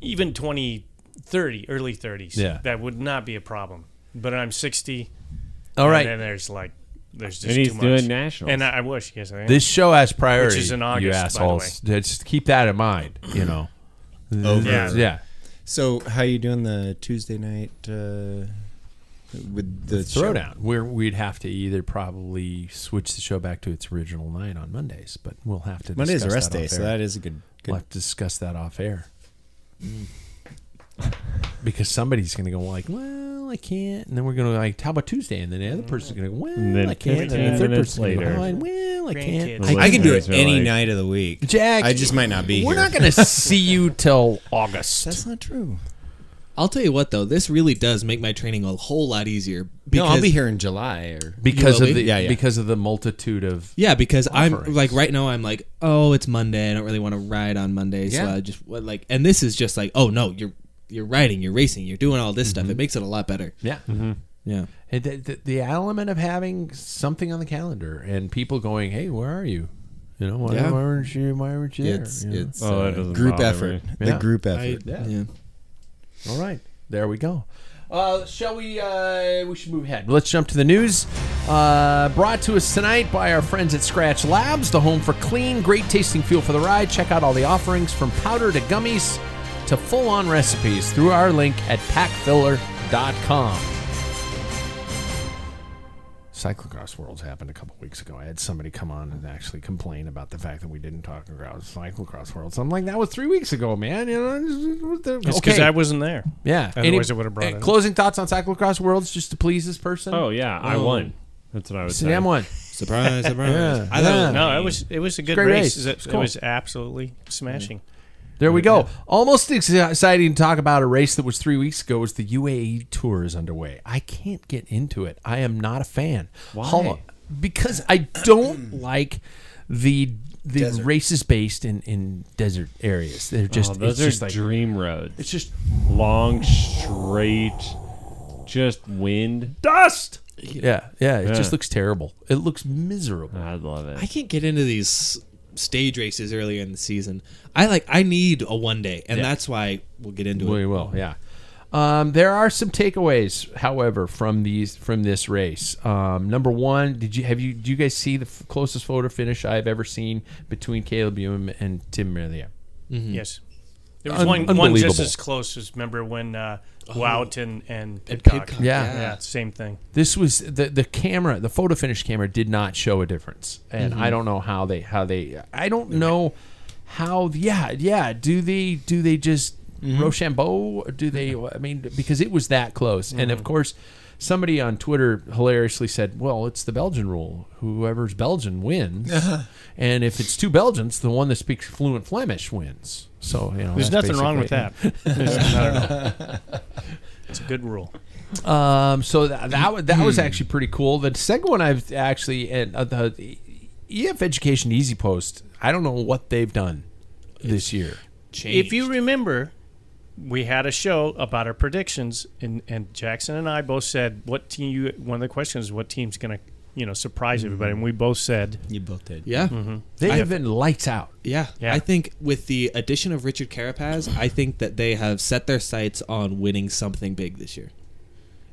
even 20, 30, early thirties, Yeah. that would not be a problem. But I'm sixty. All right. And then there's like, there's just And he's too much. doing nationals. And I, I wish, yes, I am. This show has priority. Which is in August, by you the assholes. Just keep that in mind. You know. Over. Oh, Yeah. Yeah. So how you doing the Tuesday night? Uh, with the show. throwdown where we'd have to either probably switch the show back to its original night on Mondays, but we'll have to. Monday's a discuss rest that day, off so air. that is a good. good We'll have to discuss that off air because somebody's going to go like, "Well, I can't," and then we're going to like, "How about Tuesday?" And then the other person's going to go, "Well, And then I can't," and then 15 the third minutes person's going to later. go, "Oh, and "Well, I can't." Grandkids. I can do it Listeners are any like- night of the week. Jack, I just might not be We're here. not going to see you till August. That's not true. I'll tell you what, though, this really does make my training a whole lot easier. No, Because, I'll be here in July. Or because will of the be? Yeah, yeah. because of the multitude of Yeah, because I'm Offerings. like right now I'm like, oh, it's Monday. I don't really want to ride on Monday, so Yeah. I just what, like, and this is just like, oh no, you're you're riding, you're racing, you're doing all this stuff. It makes it a lot better. Mm-hmm. yeah. Yeah. And The, the, the element of having something on the calendar and people going, "Hey, where are you?" You know, why, Yeah. why weren't you? Why weren't you there? It's You know? it's Oh, uh, that doesn't group bother effort. me. Yeah. The group I- effort. Yeah. yeah. All right, there we go. Uh, shall we? Uh, we should move ahead. Let's jump to the news. Uh, brought to us tonight by our friends at Scratch Labs, the home for clean, great tasting fuel for the ride. Check out all the offerings from powder to gummies to full on recipes through our link at packfiller.com. Cyclocross Worlds happened a couple weeks ago. I had somebody come on and actually complain about the fact that we didn't talk about Cyclocross Worlds. I'm like, that was three weeks ago, man. You know, It's because I wasn't there. yeah. Otherwise, I would have brought it. up. Closing thoughts on cyclocross worlds just to please this person. Oh yeah, I Oh. won. That's what I was saying. Sam won. Surprise, surprise. Yeah. I thought it was- No, it was it was a good great race. race. It, It's it cool. was absolutely smashing. There we go. Almost ex- exciting to talk about a race that was three weeks ago. Was the UAE Tour is underway? I can't get into it. I am not a fan. Why? because I don't like the the races based in in desert areas. They're just Oh, it's those are just like dream roads. it's just long, straight, just wind, dust. yeah yeah. It Yeah. just looks terrible. It looks miserable. I love I it. can't get into these stage races earlier in the season. I like I need a one day, and that's why we'll get into We it. will, yeah. Um, there are some takeaways, however, from these from this race. Um, number one, did you have you do you guys see the f- closest photo finish I've ever seen between Caleb Ewan and Tim Merlier? Yes. There was Mm-hmm. Un- one, one just unbelievable. Oh. as close as remember when uh, Wout and, and And Pidcock. Pidcock, Yeah. yeah. same thing. This was the the camera, the photo finish camera did not show a difference, and Mm-hmm. I don't know how they how they I don't know how yeah yeah do they do they just Mm-hmm. Rochambeau or do they I mean because it was that close, and Mm-hmm. of course somebody on Twitter hilariously said, "Well, it's the Belgian rule: whoever's Belgian wins, and if it's two Belgians, the one that speaks fluent Flemish wins." So you know There's that's nothing wrong with basically- that. There's- I don't know. It's a good rule. um, so that Mm-hmm. that, wa- that was actually pretty cool. The second one I've actually and uh, the EF Education Easy Post. I don't know what they've done this year. Changed. If you remember, we had a show about our predictions, and, and Jackson and I both said what team. You one of the questions is what team's going to you know surprise everybody, and we both said Mm-hmm. You both did. Mm-hmm. yeah. They have been lights out. Yeah. Yeah. I think with the addition of Richard Carapaz, I think that they have set their sights on winning something big this year.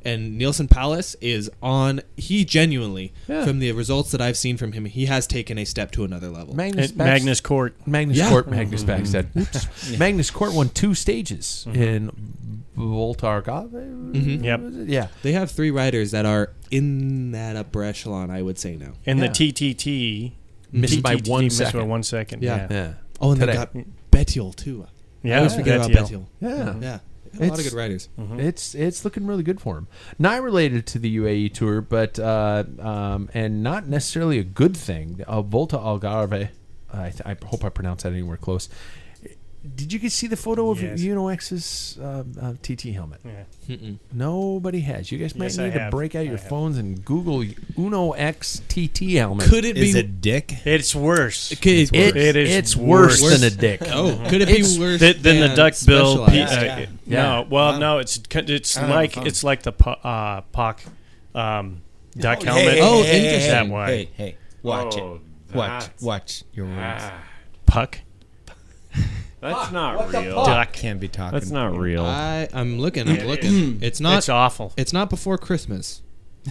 And Nielsen Palace is on. He genuinely, from the results that I've seen from him, he has taken a step to another level. Magnus and Bax- Magnus Court. Mm-hmm. Magnus Yeah. Mm-hmm. Court, Magnus Backstead. Oops. Magnus Court won two stages in Voltarkov. Yep, Yeah, Mm-hmm. They have three riders that are in that upper echelon, I would say now. and Yeah. the TTT missed by TTT one missed by second. one second. Yeah. Yeah, yeah. Oh, and Today. they got Betiol too. Yeah, I always forget about Bettiol. Betiol. Yeah. Yeah, They have a lot of It's- good riders. Mm-hmm. It's it's looking really good for him. Not related to the UAE tour, but uh, um, and not necessarily a good thing. Uh, Volta Algarve, I, th- I hope I pronounced that anywhere close. Did you guys see the photo of Yes. UNOX's um, uh, TT helmet? Yeah. Nobody has. You guys might Yes, I need to have. break out your have. phones and Google UNOX TT helmet. Could it Is be? it Dick? It's worse. could it, It- It is it's worse, worse. than a dick. oh, could it be It's- worse Th- than the than duck bill. Specialized? P- uh, Yeah. Yeah. No, well, no, it's c- it's don't have a like phone. it's like the po- uh, pock um, duck helmet. Hey, Oh, hey, interesting. Hey, That hey, way. hey, hey, watch Oh, it. Watch, that's- watch your words. Ah. puck That's not real. duck. Can't be talking. That's not real. I, I'm looking. I'm looking. It's not. It's awful. It's not before Christmas.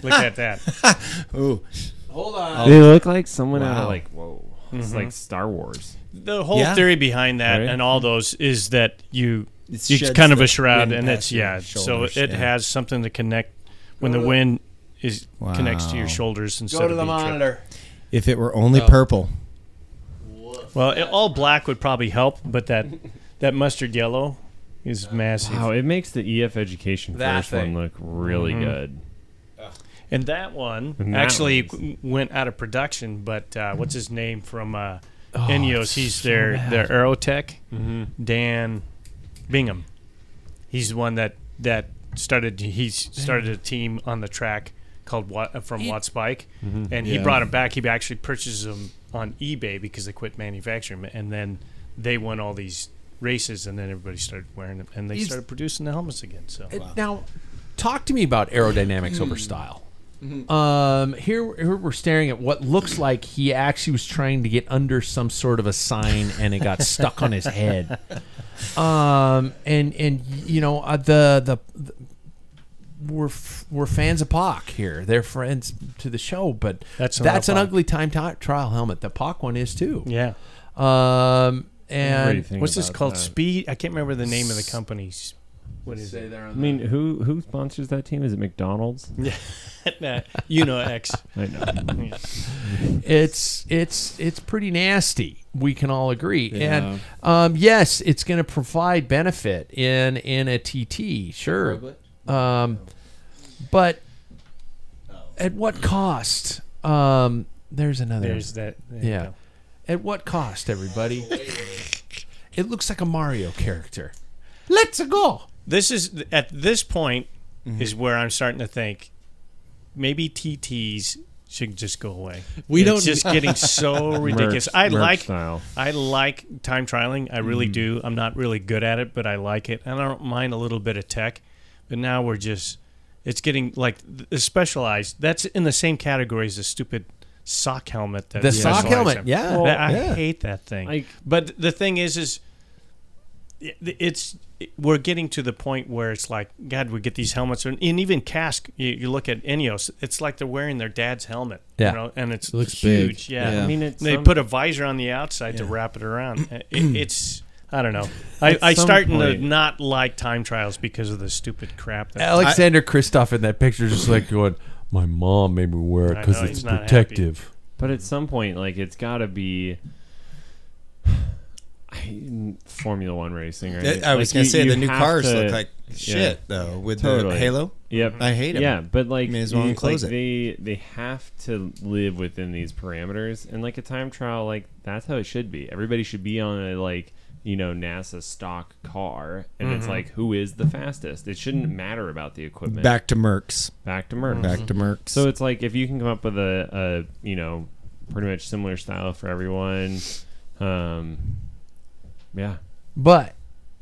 Look at that. Ooh, they look like someone out Wow. of like whoa. It's like Star Wars. Mm-hmm. The whole Yeah. theory behind that Right. and all those is that you It it's sheds kind of the a shroud wind and past it's your yeah. So shoulders, it yeah. has something to connect when the wind is connects to your Wow. shoulders instead Go to of the being tripped. monitor. If it were only Oh. purple, Well, it, all black would probably help, but that that mustard yellow is massive. Wow, it makes the e- EF Education That First thing. one look really good. Mm-hmm. And that one And that actually one's- w- went out of production, but uh, what's his name from uh, Oh, Ineos? He's their their Aerotech, Mm-hmm. Dan Bingham. He's the one that that started. He started a team on the track called Wa- uh, from Watts Bike, Mm-hmm. and he Yeah. brought him back. He actually purchased them on eBay because they quit manufacturing, 'em, and then they won all these races, and then everybody started wearing them, and they He's- started producing the helmets again. So It- Now, talk to me about aerodynamics Hmm. over style. Mm-hmm. Um, here, here we're staring at what looks like he actually was trying to get under some sort of a sign and it got stuck on his head. Um, and and you know uh, the the. the we're, f- we're fans of Pac here. They're friends to the show, but That's not a that's an Pac. ugly time ti- trial helmet. The Pac one is too. yeah. Um, What do you and think What's this about called? that? Speed. I can't remember the name of the companies. What is it? I mean, who who sponsors that team? Is it McDonald's? Nah, you know X. I know. it's it's it's pretty nasty. We can all agree. Yeah. And um, yes, it's going to provide benefit in in a TT, sure. Um, but at what cost? Um, there's another. There's that. there you yeah. go. At what cost, everybody? it looks like a Mario character. Let's go. This is at this point Mm-hmm. is where I'm starting to think maybe TTs should just go away. We it's don't- just getting so ridiculous. Merch- I merch like style. I like time trialing. I Mm-hmm. really do. I'm not really good at it, but I like it, and I don't mind a little bit of tech. But now we're just it's getting like the specialized. That's in the same category as the stupid sock helmet. That The sock Specialized helmet, have. yeah. That- I Yeah. hate that thing. Like- but the thing is, is it- it's we're getting to the point where it's like God, we get these helmets, and and even Cask. You, you look at Ineos, it's like they're wearing their dad's helmet, Yeah. you know, and it's It looks big. huge. Yeah. Yeah. I mean, it's they some- put a visor on the outside to wrap it around. It- it's I don't know. I, At I some starting to point- not like time trials because of the stupid crap. That Alexander Kristoff in that picture is just like going, My mom made me wear I it because know, it's he's not happy. protective. But at some point, like it's got to be I- Formula One racing, right? I was Like, gonna you- say you the new have cars to- look like shit though with the Totally. halo. Yep, I hate 'em. Yeah, but like, May as well you- enclose like it. they they have to live within these parameters, and like a time trial, like that's how it should be. Everybody should be on a like you know NASA stock car, and Mm-hmm. it's like who is the fastest. It shouldn't matter about the equipment. Back to Mercs. back to Merckx. Back to Mercs. So it's like if you can come up with a, a you know pretty much similar style for everyone, um, yeah. But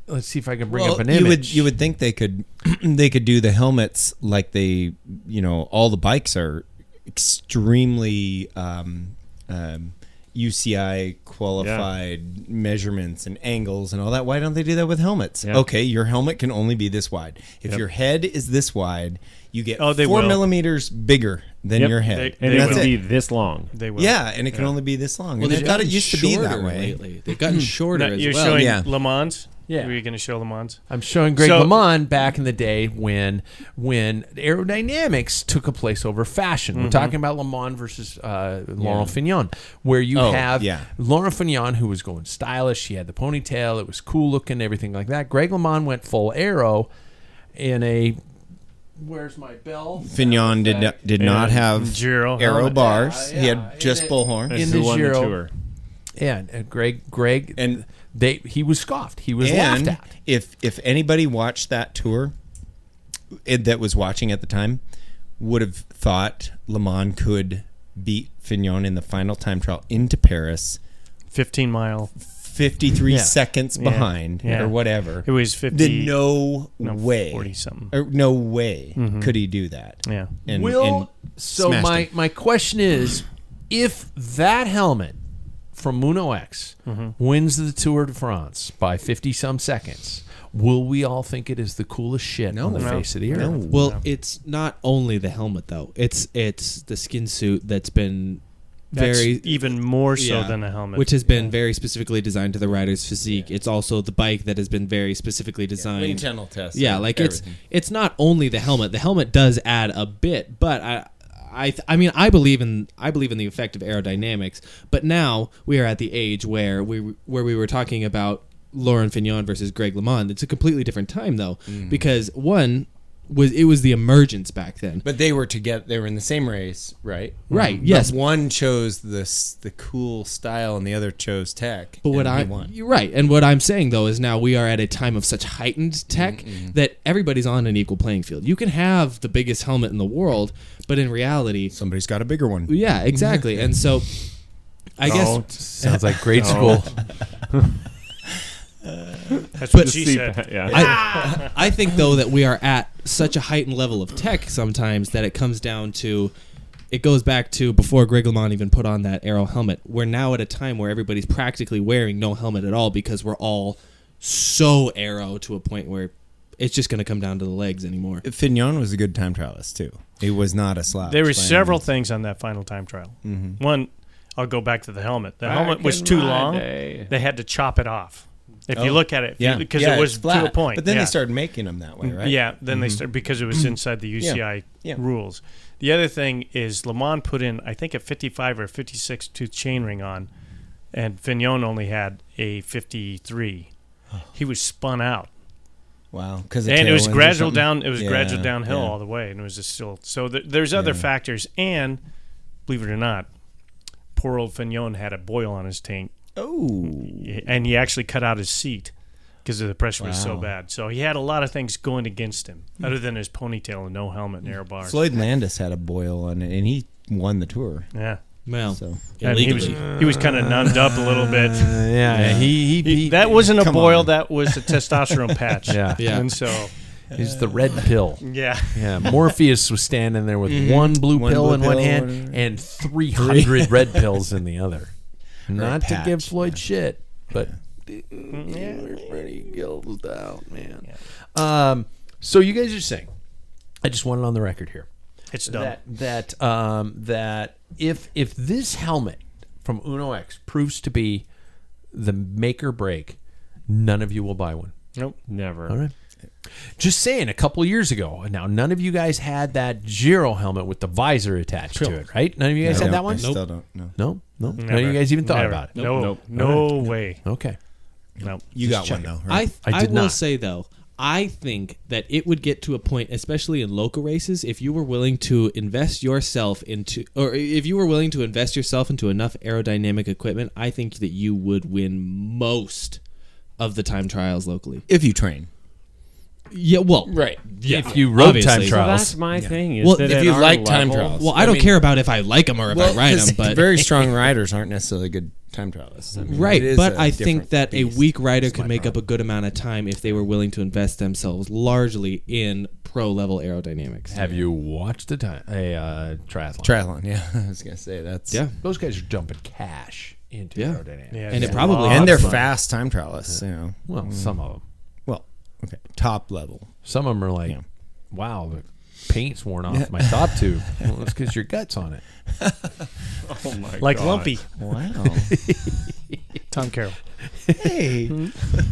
let's see if I can bring up an image. You would you would think they could they could do the helmets like they you know all the bikes are extremely um, um, UCI qualified measurements and angles and all that. Why don't they do that with helmets? Yeah. Okay, your helmet can only be this wide. If your head is this wide, you get Oh, four they will. millimeters bigger than Yep. your head. They- And they it that's would will. be this long. they will. yeah, and it can only be this long. Well, and I they've thought gotten it used to be shorter that way. Hmm. lately. They've gotten shorter No, as you're well. showing Yeah. Le Mans. Yeah. were you going to show Le Mans? I'm showing Greg So- LeMond back in the day when when aerodynamics took a place over fashion. Mm-hmm. We're talking about LeMond versus uh, Laurent Fignon, where you Oh, have yeah. Laurent Fignon who was going stylish. She had the ponytail; it was cool looking, everything like that. Greg LeMond went full aero in a. Where's my bell? Fignon did not, did not have Giro arrow helmet. bars. Yeah, He yeah. had just And it- bullhorn. That's In who the won Giro. the tour. Yeah, and, and Greg, Greg, And- they he was scoffed. He was and laughed at. if if anybody watched that tour it, that was watching at the time would have thought Le Mans could beat Fignon in the final time trial into Paris Fifteen mile. 53 Yeah. seconds behind yeah. or whatever It was then fifty. no, no, way 40 something. or no way could he do that Mm-hmm. Yeah. and, Will and so smashed my him. my question is, if that helmet from Muno X wins the Tour de France by fifty some seconds, will we all think it is the coolest shit on the face of the earth? Well, it's not only the helmet though. It's it's the skin suit that's been That's very even more so Yeah. than a helmet. which has been very specifically designed to the rider's physique. It's also the bike that has been very specifically Wing designed. tunnel test. Yeah, like everything. it's it's not only the helmet. The helmet does add a bit, but I I th- I mean I believe in I believe in the effect of aerodynamics. But now we are at the age where we where we were talking about Lauren Fignon versus Greg LeMond. It's a completely different time though because one was it was the emergence back then. But they were together. They were in the same race, right? Right, But yes. one chose this the cool style, and the other chose tech. But what and he I won. you're right, and what I'm saying though is now we are at a time of such heightened tech Mm-hmm, that everybody's on an equal playing field. You can have the biggest helmet in the world, but in reality, Somebody's got a bigger one. yeah, exactly. and so, I guess Sounds like grade Oh. school. That's what But- she See, said. yeah. I, I think though that we are at such a heightened level of tech sometimes that it comes down to it goes back to before Greg LeMond even put on that arrow helmet. We're now at a time where everybody's practically wearing no helmet at all because we're all so arrow to a point where it's just going to come down to the legs anymore. Fignon was a good time trialist too. He was not a slouch. There were by any several means. things on that final time trial. Mm-hmm. One, I'll go back to the helmet. The helmet was too long. They had to chop it off. If you look at it, Oh. Yeah. because Yeah, it was it's flat. to a point. But then yeah. Mm, they started making them that way, right? Mm-hmm. Yeah, then they start because it was inside the Yeah. UCI Yeah. rules. The other thing is Lamont put in I think a 55 or 56 tooth chain ring on, and Fignon only had a 53. He was spun out, Wow. Because and it was gradual down. It was gradual downhill yeah. all the way, and it was just still. So th- there's other factors, and believe it or not, poor old Fignon had a boil on his tank, Oh, and he actually cut out his seat because the pressure was so Wow. Hmm. bad. So he had a lot of things going against him, other than his ponytail and no helmet and air bars. Floyd Landis had a boil on it, and he won the tour. Yeah, Well, So and he was he was kind of numbed up a little bit. Uh, yeah, he, he, He- he that wasn't a come boil. on. That was a testosterone patch. Yeah. Yeah. And so, is the red pill. yeah, Yeah, Morpheus was standing there with one blue One pill blue in one pill, hand one- and 300 red pills in the other. Not to patch, give Floyd shit, but dude, you were pretty gilded out, man. Um, so you guys are saying, I just want it on the record here it's dumb. that that um, that if if this helmet from Uno X proves to be the make or break, none of you will buy one. Nope. Never. All right. Just saying, a couple of years ago. Now, none of you guys had that Giro helmet with the visor attached to it, right? None of you guys had that one. I still don't know. No, no. None of you guys even thought Never. about it. No, Nope. no way. Okay. No. You got one though, I right? I, I did will not. say though, I think that it would get to a point, especially in local races, if you were willing to invest yourself into, or if you were willing to invest yourself into enough aerodynamic equipment, I think that you would win most of the time trials locally. if you train, Yeah, well, Right. Yeah, If you rode time obviously. Well, trials, that's my thing. Is Well, that if at you our like time level- trials. Well, I don't care about if I like them or if I ride 'cause them, but very strong riders aren't necessarily good time trialists. I mean, it Right, is but a I different think that beast. a weak rider could make up a good amount of time if they were willing to invest themselves largely in pro level aerodynamics. have you watched a, time, a uh, triathlon? triathlon. Yeah, I was gonna say that's Yeah. Those guys are dumping cash into Yeah. aerodynamics. Yeah, And it's it probably a lot and they're of fun. fast time trialists. You know, Well, some of them. well, okay, top level. Some of them are like, Yeah. wow, the paint's worn off my top tube. well, it's because your gut's on it. Oh Oh Like Lumpy, Wow. Tom Carroll. hey,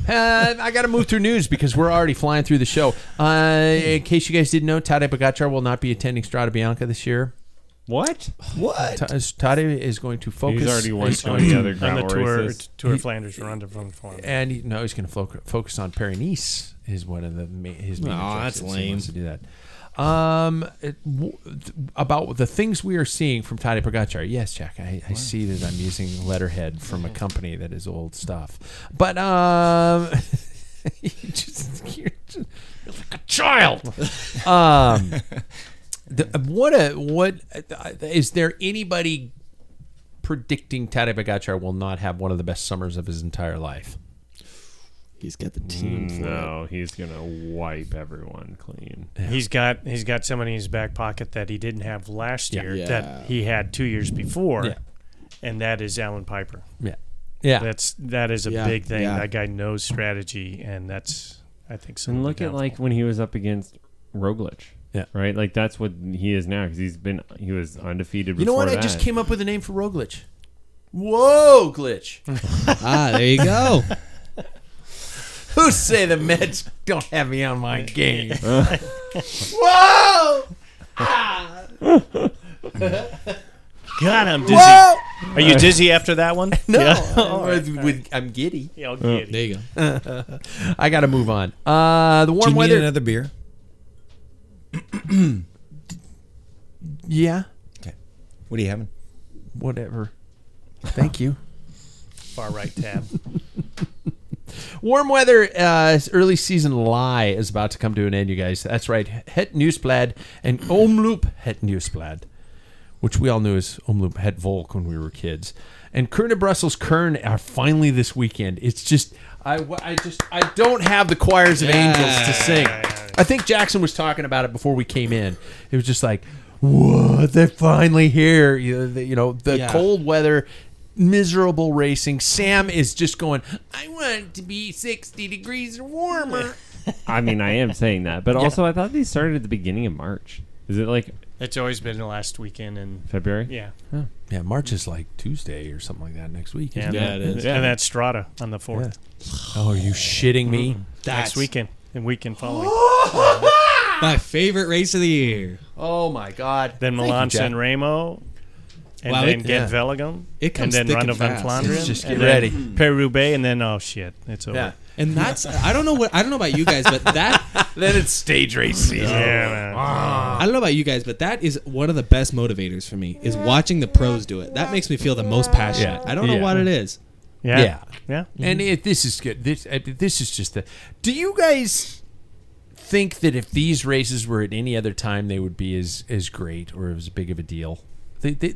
Uh, I got to move through news because we're already flying through the show. Uh, in case you guys didn't know, Tade Pogacar will not be attending Strada Bianca this year. What? what? Ta- Tade is going to focus. He's already won is so going many to- other on the gravel tour, races. t- tour of Flanders, Ronde from Flanders. and he, no, he's going to fo- focus on Paris Nice. Is one of the ma- his main. Aw, objectives. that's He lame. wants to do that. Um, it, w- th- about the things we are seeing from Tade Pogacar. Yes, Jack, I, I see that I'm using letterhead from a company that is old stuff, but um, you just, you're just you're like a child. Um, the, what a what uh, is there anybody predicting Tadej Pogacar will not have one of the best summers of his entire life? He's got the team for it. No, he's gonna wipe everyone clean. He's got he's got somebody in his back pocket that he didn't have last year Yeah. that he had two years before, Yeah. and that is Alan Piper. Yeah, yeah. That's that is a Yeah, big thing. yeah. That guy knows strategy, and that's I think. some And of the look at downfall. like when he was up against Roglic. Yeah. Right? Like that's what he is now because he's been he was undefeated. You know before what? That. I just came up with a name for Roglic. Whoa, glitch. ah, there you go. Who say the Mets don't have me on my game? Whoa! Ah! God, I'm dizzy. Whoa! Are you dizzy after that one? No, Yeah. I'm, Oh, with, with- I'm giddy. Yeah, I'll Oh, get Oh, There it. you go. I got to move on. Uh, the Do warm you need weather. another beer? yeah, What are you having? whatever. Thank you. Far right tab. Warm weather, uh, early season lie is about to come to an end, you guys. That's right. Het Nieuwsblad and Omloop Het Nieuwsblad, which we all knew as Omloop Het Volk when we were kids. And Kern of Brussels Kern are finally this weekend. It's just, I, I just, I don't have the choirs of angels to sing. I think Jackson was talking about it before we came in. It was just like, whoa, they're finally here. You know, the, you know, the Yeah. cold weather, miserable racing. Sam is just going, I want it to be 60 degrees or warmer. I mean, I am saying that, but also I thought they started at the beginning of March. Is it like It's always been the last weekend in February? yeah, Yeah, March is like Tuesday or something like that next week. yeah, isn't it? Yeah, it is. and that's Strata on the Yeah. fourth Oh, are you shitting me? Mm. That's next weekend and weekend following. my favorite race of the year. Oh, my God. Then Thank you, Milan Jack. San Remo, and Wow, then it- yeah. Gent Velligum, It comes and thick then Rondo and van fast. Flanderen, It's just and get ready. then Paris Roubaix, and then oh shit, it's over. Yeah. And that's I don't know what I don't know about you guys, but that Then it's stage race season. Ah. Yeah, man. I don't know about you guys, but that is one of the best motivators for me is watching the pros do it. That makes me feel the most passionate. Yeah. I don't know Yeah. what it is. Mm-hmm. yeah, Yeah. yeah. And it, this is good. This uh, this is just the. Do you guys think that if these races were at any other time, they would be as as great or as big of a deal? They, they,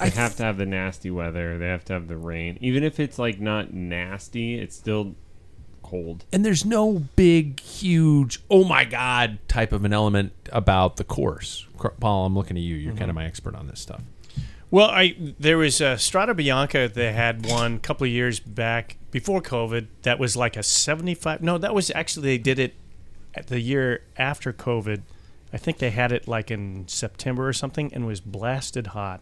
They have to have the nasty weather. They have to have the rain. Even if it's like not nasty, it's still cold. and there's no big, huge, oh my god type of an element about the course. Cor- Paul, I'm looking at you. You're kind of my expert on this stuff. Well, I there was uh, Strada Bianca. They had one a couple of years back before COVID. That was like a seventy-five. No, that was actually they did it at the year after COVID. I think they had it like in September or something, and it was blasted hot.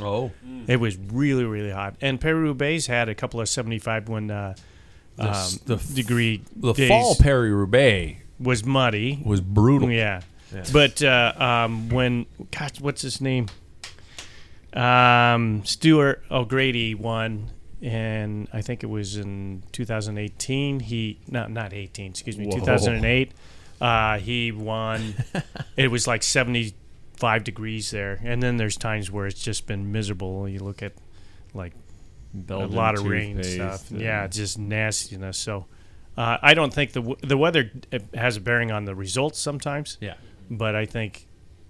Oh, It was really, really hot. And Peru Roubaix had a couple of seventy-five when uh, the, s- um, the f- degree the days fall Perry Roubaix was muddy. was brutal. Yeah. But uh, um, when gosh, what's his name? Um, Stuart O'Grady won, and I think it was in 2018. He no, not 18. Excuse me, Whoa. 2008. Uh, he won. it was like 75 degrees there, and then there's times where it's just been miserable. You look at like Belgian a lot of rain toothpaste stuff. and- yeah, it's just nastiness. So, uh, I don't think the w- the weather uh, has a bearing on the results sometimes. Yeah. but I think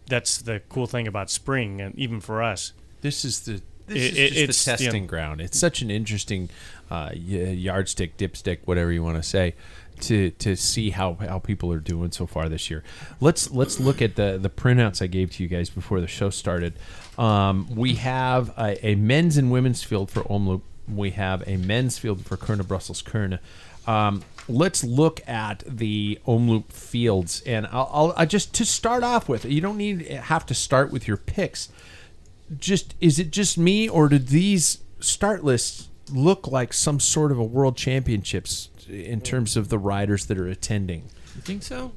that's the cool thing about spring, and even for us, This is the this It- is it- just it's, the you know- testing ground. It's such an interesting uh, y- yardstick, dipstick, whatever you want to say, to to see how, how people are doing so far this year. Let's let's look at the the printouts I gave to you guys before the show started. Um, we have a, a men's and women's field for Omloop. We have a men's field for Kern of Brussels Kern. Um, let's look at the Omloop fields, and I'll, I'll I just to start off with. You don't need have to start with your picks just is it just me or do these start lists look like some sort of a world championships in terms of the riders that are attending You think so?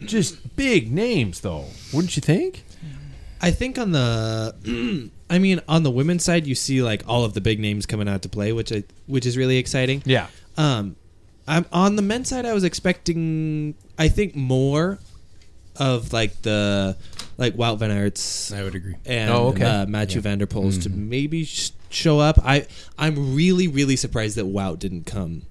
just big names though wouldn't you think I think on the I mean on the women's side you see like all of the big names coming out to play, which I which is really exciting. yeah Um, I'm on the men's side. I was expecting, I think, more of like the like Wout van Aerts I would agree. and Oh, okay. Mm-hmm. uh, Matthew van der Poels to maybe sh- show up. I I'm really really surprised that Wout didn't come.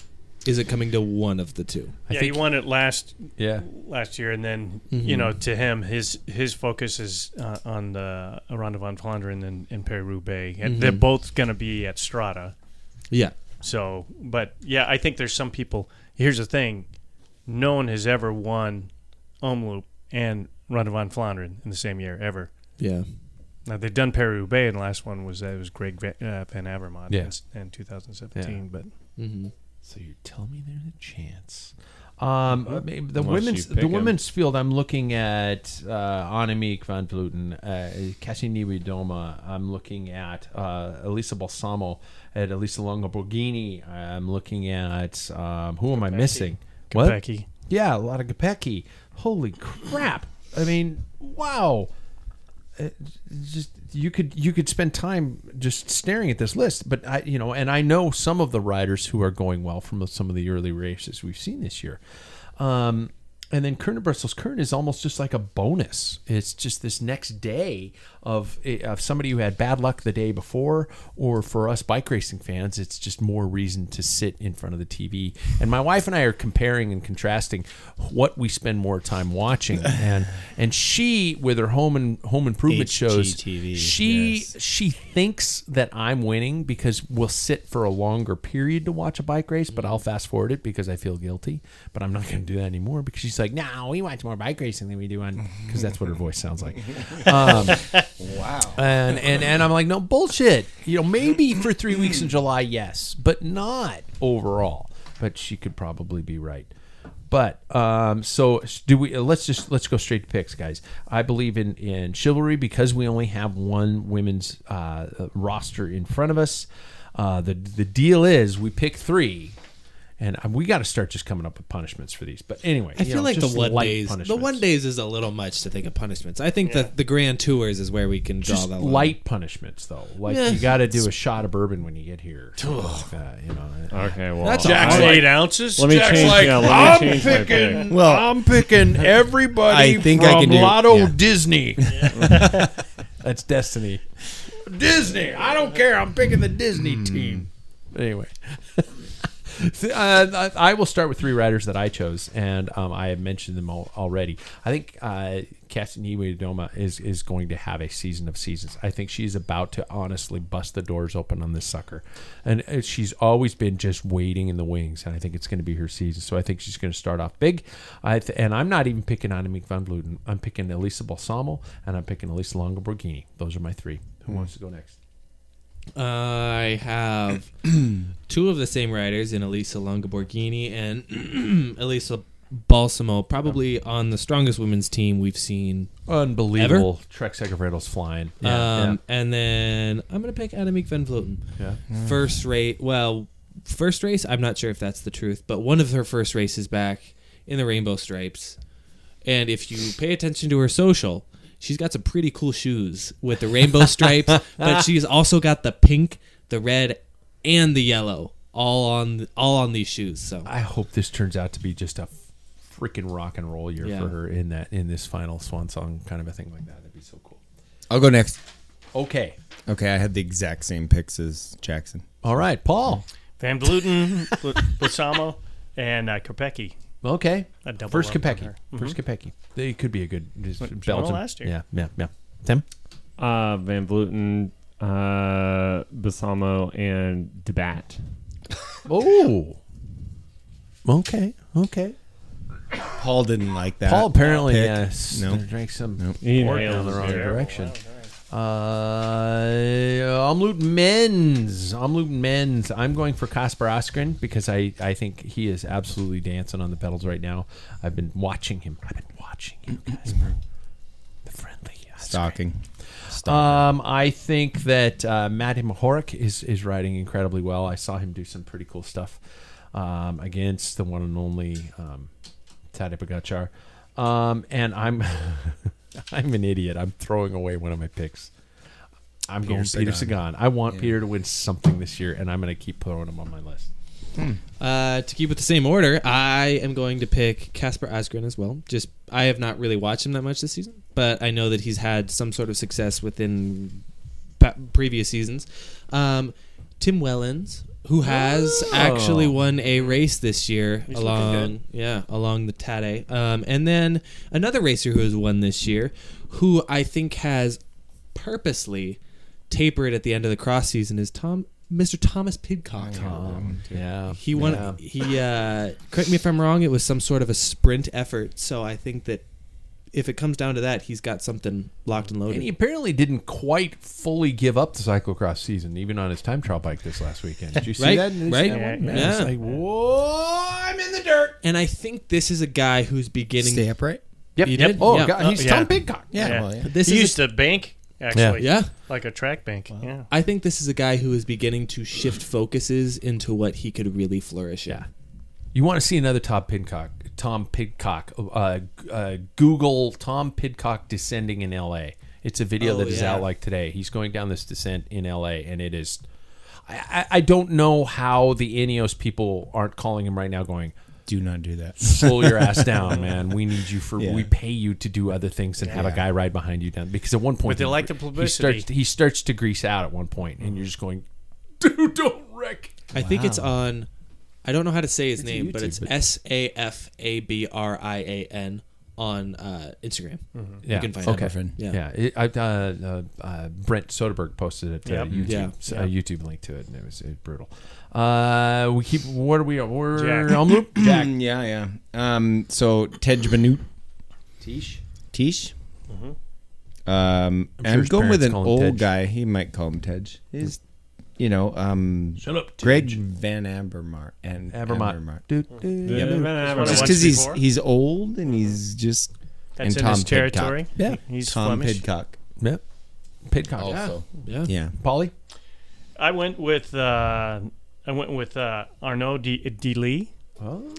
Isn't coming to one of the two. yeah, he won it last yeah last year, and then Mm-hmm. you know, to him, his his focus is uh, on the Ronde van Flandern and, and Perry Roubaix, and they're both going to be at Strada. Mm-hmm. Yeah. So, but yeah, I think there's some people. Here's the thing: no one has ever won Omloop and Ronde van Flandern in the same year ever. Yeah. Now they've done Perry Roubaix, and the last one was that was Greg Van, uh, Van Avermaet Yeah. in, in 2017. But Mm-hmm. so you're telling me there's a chance Um, maybe the Unless women's you pick the him. women's field. I'm looking at uh, Annemiek van Vleuten, uh, Cassini Widoma. I'm looking at uh, Elisa Balsamo, at Elisa Longo Borghini. I'm looking at um, who am I missing? Kopecky. Yeah, a lot of Gapecki. Holy crap! I mean, wow. It- it's uh, just you could you could spend time just staring at this list, but I you know, and I know some of the riders who are going well from some of the early races we've seen this year. Um, and then Kern Brussels Kern is almost just like a bonus. It's just this next day of eh, of somebody who had bad luck the day before, or for us bike racing fans, it's just more reason to sit in front of the TV. And my wife and I are comparing and contrasting what we spend more time watching. And and she, with her home and home improvement shows, HGTV, she yes. she thinks that I'm winning because we'll sit for a longer period to watch a bike race, but I'll fast forward it because I feel guilty. But I'm not going to do that anymore because she's like, "No, we watch more bike racing than we do on," because that's what her voice sounds like. Um, wow. And and and I'm like, no bullshit. You know, maybe for three weeks in July, yes, but not overall. But she could probably be right. But um, so do we? uh, Let's just let's go straight to picks, guys. I believe in in chivalry because we only have one women's uh, roster in front of us. Uh, the the deal is we pick three, and uh, we got to start just coming up with punishments for these. But anyway, I you feel know, like the just one light days, the punishments. one days is a little much to think of punishments. I think that the grand tours is where we can draw just that line. light punishments though. Like Yeah. you got to do a shot of bourbon when you get here. Like that, you know. Okay, well, That's I- Jack's Eight ounces. let me Jack- change. yeah, let me I'm change my pick. picking. Well, I'm picking everybody I think I from can do it, Lotto yeah. Disney. That's Destiny. Disney. I don't care. I'm picking the Disney team. Hmm. Anyway. Th- uh, I I will start with three riders that I chose, and um, I have mentioned them all already. I think uh, Castanigua Doma is is going to have a season of seasons. I think she's about to honestly bust the doors open on this sucker, and uh, she's always been just waiting in the wings, and I think it's going to be her season. So I think she's going to start off big. I th- and I'm not even picking Annemiek van Vleuten. I'm picking Elisa Balsamo, and I'm picking Elisa Longo Borghini. Those are my three. Who wants to go next? I have two of the same riders in Elisa Longaborghini and Elisa Balsamo, probably on the strongest women's team we've seen. Unbelievable! Trek Segafredo's flying. um, And then I'm going to pick Annemiek van Vleuten. Yeah. First race, well, first race, I'm not sure if that's the truth, but one of her first races back in the Rainbow Stripes. And if you pay attention to her social, she's got some pretty cool shoes with the rainbow stripes, but she's also got the pink, the red, and the yellow all on all on these shoes. So I hope this turns out to be just a freaking rock and roll year Yeah. for her in that in this final swan song kind of a thing like that. That'd be so cool. I'll go next. Okay. Okay, I had the exact same picks as Jackson. All right, Paul. Van Vleuten, Basamo, and uh, Kopecky. Okay. A double Mm-hmm. First up on Kopecky. her. First Kopecky. They could be a good just Went phenomenal Belgium. last year. Yeah, yeah, yeah. Tim. Uh, Van Vleuten, uh, Basamo, and Debat. Oh. Okay. Okay. Paul didn't like that. Paul apparently pick. yes No. drank some He port inhales down the wrong beer. direction. Uh, Omloop Men's. Omloop Men's. I'm going for Kasper Askren because I, I think he is absolutely dancing on the pedals right now. I've been watching him. I've been watching you, Kasper. the friendly. Askren. Stalking. Um, I think that uh, Matty Mahoric is is riding incredibly well. I saw him do some pretty cool stuff um, against the one and only um, Tadej Pogacar. Um, and I'm I'm an idiot. I'm throwing away one of my picks. I'm going Peter Sagan. I want Peter to win something this year, and I'm going to keep throwing him on my list. Uh, to keep with the same order, I am going to pick Casper Asgren as well. Just I have not really watched him that much this season, but I know that he's had some sort of success within pa- previous seasons. Um, Tim Wellens, who has actually won a race this year along yeah along the Tade, um, and then another racer who has won this year, who I think has purposely tapered at the end of the cross season is Tom. Mr. Thomas Pidcock. Yeah, He won. He uh, correct me if I'm wrong. It was some sort of a sprint effort. So I think that if it comes down to that, he's got something locked and loaded. And he apparently didn't quite fully give up the cyclocross season, even on his time trial bike this last weekend. Did you see Right, that? in the right. Instagram one? Yeah, Man, it's yeah. like, whoa, I'm in the dirt. And I think this is a guy who's beginning. Stay upright. Yep. You yep. did? Oh Yeah. God, Uh, he's yeah. Tom Pigcock. Yeah. Yeah. Well, yeah. This he is used to bank actually. Yeah. Like a track bank. Yeah. I think this is a guy who is beginning to shift focuses into what he could really flourish in. You want to see another Tom Pidcock? Tom Pidcock. Uh, uh, Google Tom Pidcock descending in L.A. It's a video Oh, that is yeah. out like today. He's going down this descent in L.A. and it is. I, I, I don't know how the Ineos people aren't calling him right now, going, Do not do that. "Slow your ass down, man. We need you for. Yeah. We pay you to do other things and have a guy ride behind you down." Because at one But point, they he- like the He publicity. starts, he starts to grease out at one point, and you're just going, "Dude, don't wreck." I think it's on. I don't know how to say his name, but YouTube, it's but- S A F A B R I A N on uh, Instagram. You Mm-hmm. Yeah. can find Okay. it. Yeah. Yeah, it, I, uh, uh, uh, Brent Soderberg posted it to Yep. YouTube, Yeah. s- A YouTube link to it, and it was, it was brutal. Uh, we keep. What are we? on? We're Jack. on loop. Jack. yeah, yeah. Um, so Tej Benute. Tish. Tish. Mm-hmm. Um, I'm I'm, sure and I'm his going with parents an call him old Tej. guy. He might call him Tej. He's, you know, um, Shut up, Tej. Greg Van Abermart and Abermont. Dude, dude. Yeah, but I one of Just Once because he's before? he's old and he's just That's and in Tom his territory. Pidcock. Yeah. He's Tom Flemish. Pidcock. Yep. Pidcock. Also. Yeah. Yeah. Polly. I went with uh, I went with uh, Arnaud D- Delis. Oh.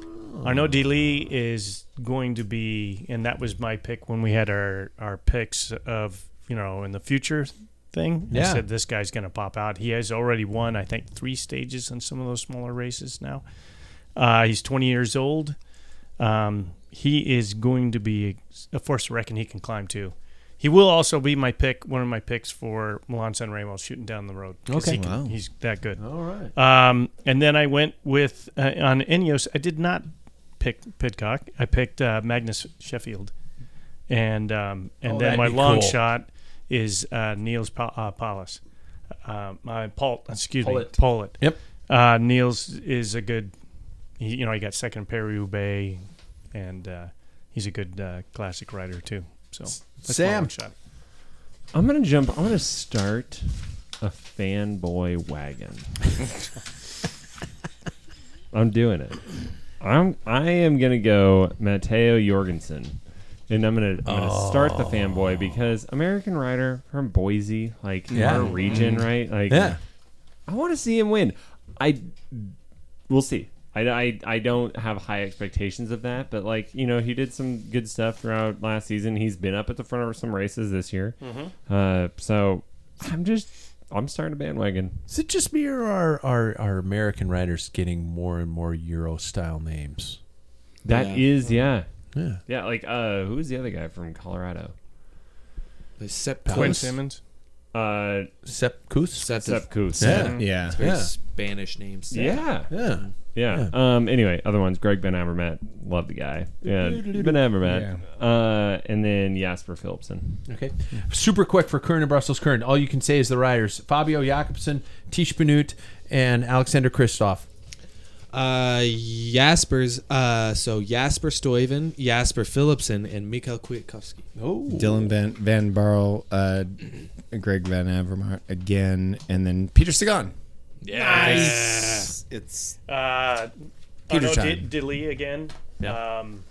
Arnaud Delis is going to be, and that was my pick when we had our our picks of you know in the future thing. I Yeah. said this guy's going to pop out. He has already won, I think, three stages in some of those smaller races now. Uh, he's 20 years old. Um, he is going to be a force to reckon he can climb too. He will also be my pick, one of my picks for Milan San Remo shooting down the road. 'cause Okay. he can- Wow. he's that good. All right. Um, and then I went with uh, on Ineos. I did not pick Pidcock. I picked uh, Magnus Sheffield, and um, and Oh, then that'd my be long cool. shot is uh, Niels pa- uh, Paulus. Uh, my Paul, excuse me, Pollitt. Pollitt. Yep. Uh, Niels is a good. He, you know, he got second Perry Roubaix, and uh, he's a good uh, classic rider too. So that's my Sam. long shot. I'm gonna jump. I'm gonna start a fanboy wagon. I'm doing it. I'm. I am gonna go Matteo Jorgensen, and I'm gonna, I'm gonna start the fanboy because American rider from Boise, like Yeah. our region, right? Like, Yeah. I want to see him win. I we'll see. I, I, I don't have high expectations of that, but like you know, he did some good stuff throughout last season. He's been up at the front of some races this year. Uh, so I'm just I'm starting a bandwagon. Is it just me or are are, are American writers getting more and more Euro style names? That is yeah. yeah, Yeah. Like uh, who's the other guy from Colorado? They set Quinn Quinn Simmons. Uh, Sep Kuss? Set Sepp Kuss. Yeah. Yeah. Very Yeah. Spanish name. Sepp. Yeah. Yeah. Yeah. Um. Anyway, other ones: Greg Ben Avermaet, love the guy. Yeah, Ben Avermaet. Uh, and then Jasper Philipson. Okay. Super quick for Kern and Brussels Kern. All you can say is the riders Fabio Jakobsen, Tish Benut, and Alexander Kristoff. Uh, Jasper's. Uh, so Jasper Stuyven, Jasper Philipson, and Mikhail Kwiatkowski. Dylan Van Van Barl, uh, Greg Van Avermaet again, and then Peter Sagan. Nice. It's Uh, Peter Arnaud time. D- Dilly again. Um,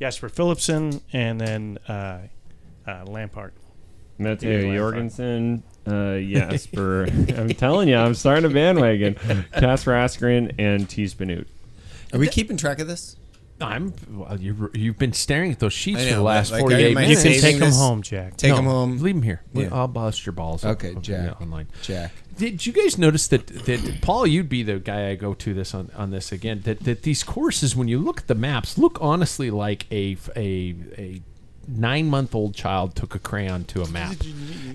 Jasper Philipson and then uh, uh, Lampard. Matteo Yeah. Jorgensen, uh, Jasper. I'm telling you, I'm starting a bandwagon. Casper Askren and Tees Benute. Are we keeping track of this? I'm. Well, you you've been staring at those sheets I for the know, last like, I forty eight might minutes. say- Saving this- Jack. Take No, him home. Leave them here. Yeah. I'll bust your balls. Okay, up- up- Jack. yeah, online. Jack. Did you guys notice that that Paul, you'd be the guy I go to this on, on this again. That that these courses, when you look at the maps, look honestly like a a a nine month old child took a crayon to a map.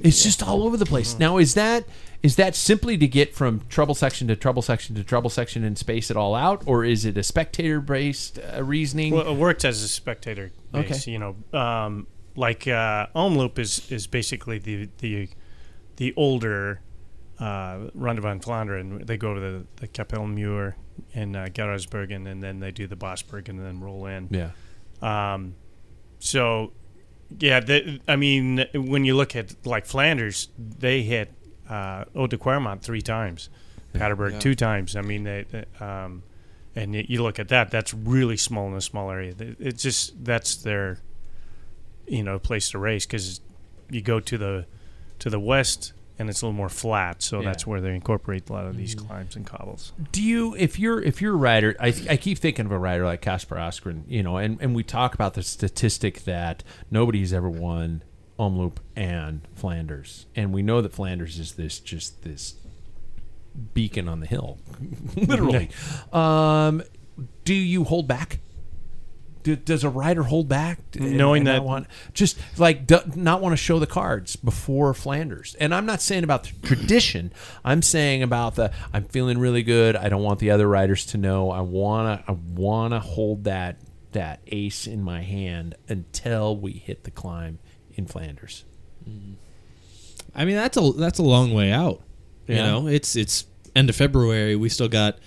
It's just all over the place. Now is that is that simply to get from trouble section to trouble section to trouble section and space it all out, or is it a spectator based uh, reasoning? Well, it worked as a spectator base, Okay. you know. Um, like uh, Ohm Loop is, is basically the the the older uh, Ronde van Vlaanderen. They go to the, the Kapellmuur in uh, Gerardsbergen, and then they do the Bosberg and then roll in. yeah. Um, so, yeah, the, I mean, when you look at like Flanders, they hit uh, Eau de Quermont three times, Paderberg two times. I mean, they, they, um, and y- you look at that, that's really small in a small area. Th- It's just that's their, you know, place to race because you go to the to the west and it's a little more flat, so that's where they incorporate a lot of these Mm-hmm. climbs and cobbles. Do you, if you're if you're a rider, I, I keep thinking of a rider like Kasper Askren, you know, and, and we talk about the statistic that nobody's ever won Omloop and Flanders, and we know that Flanders is this just this beacon on the hill, literally. um, do you hold back? Do, does a rider hold back, And- Knowing and that- not want, just like do, not want to show the cards before Flanders? And I'm not saying about the tradition. I'm saying about the I'm feeling really good. I don't want the other riders to know. I wanna I wanna hold that that ace in my hand until we hit the climb in Flanders. I mean, that's a that's a long way out. You Yeah. know, it's it's end of February. We still got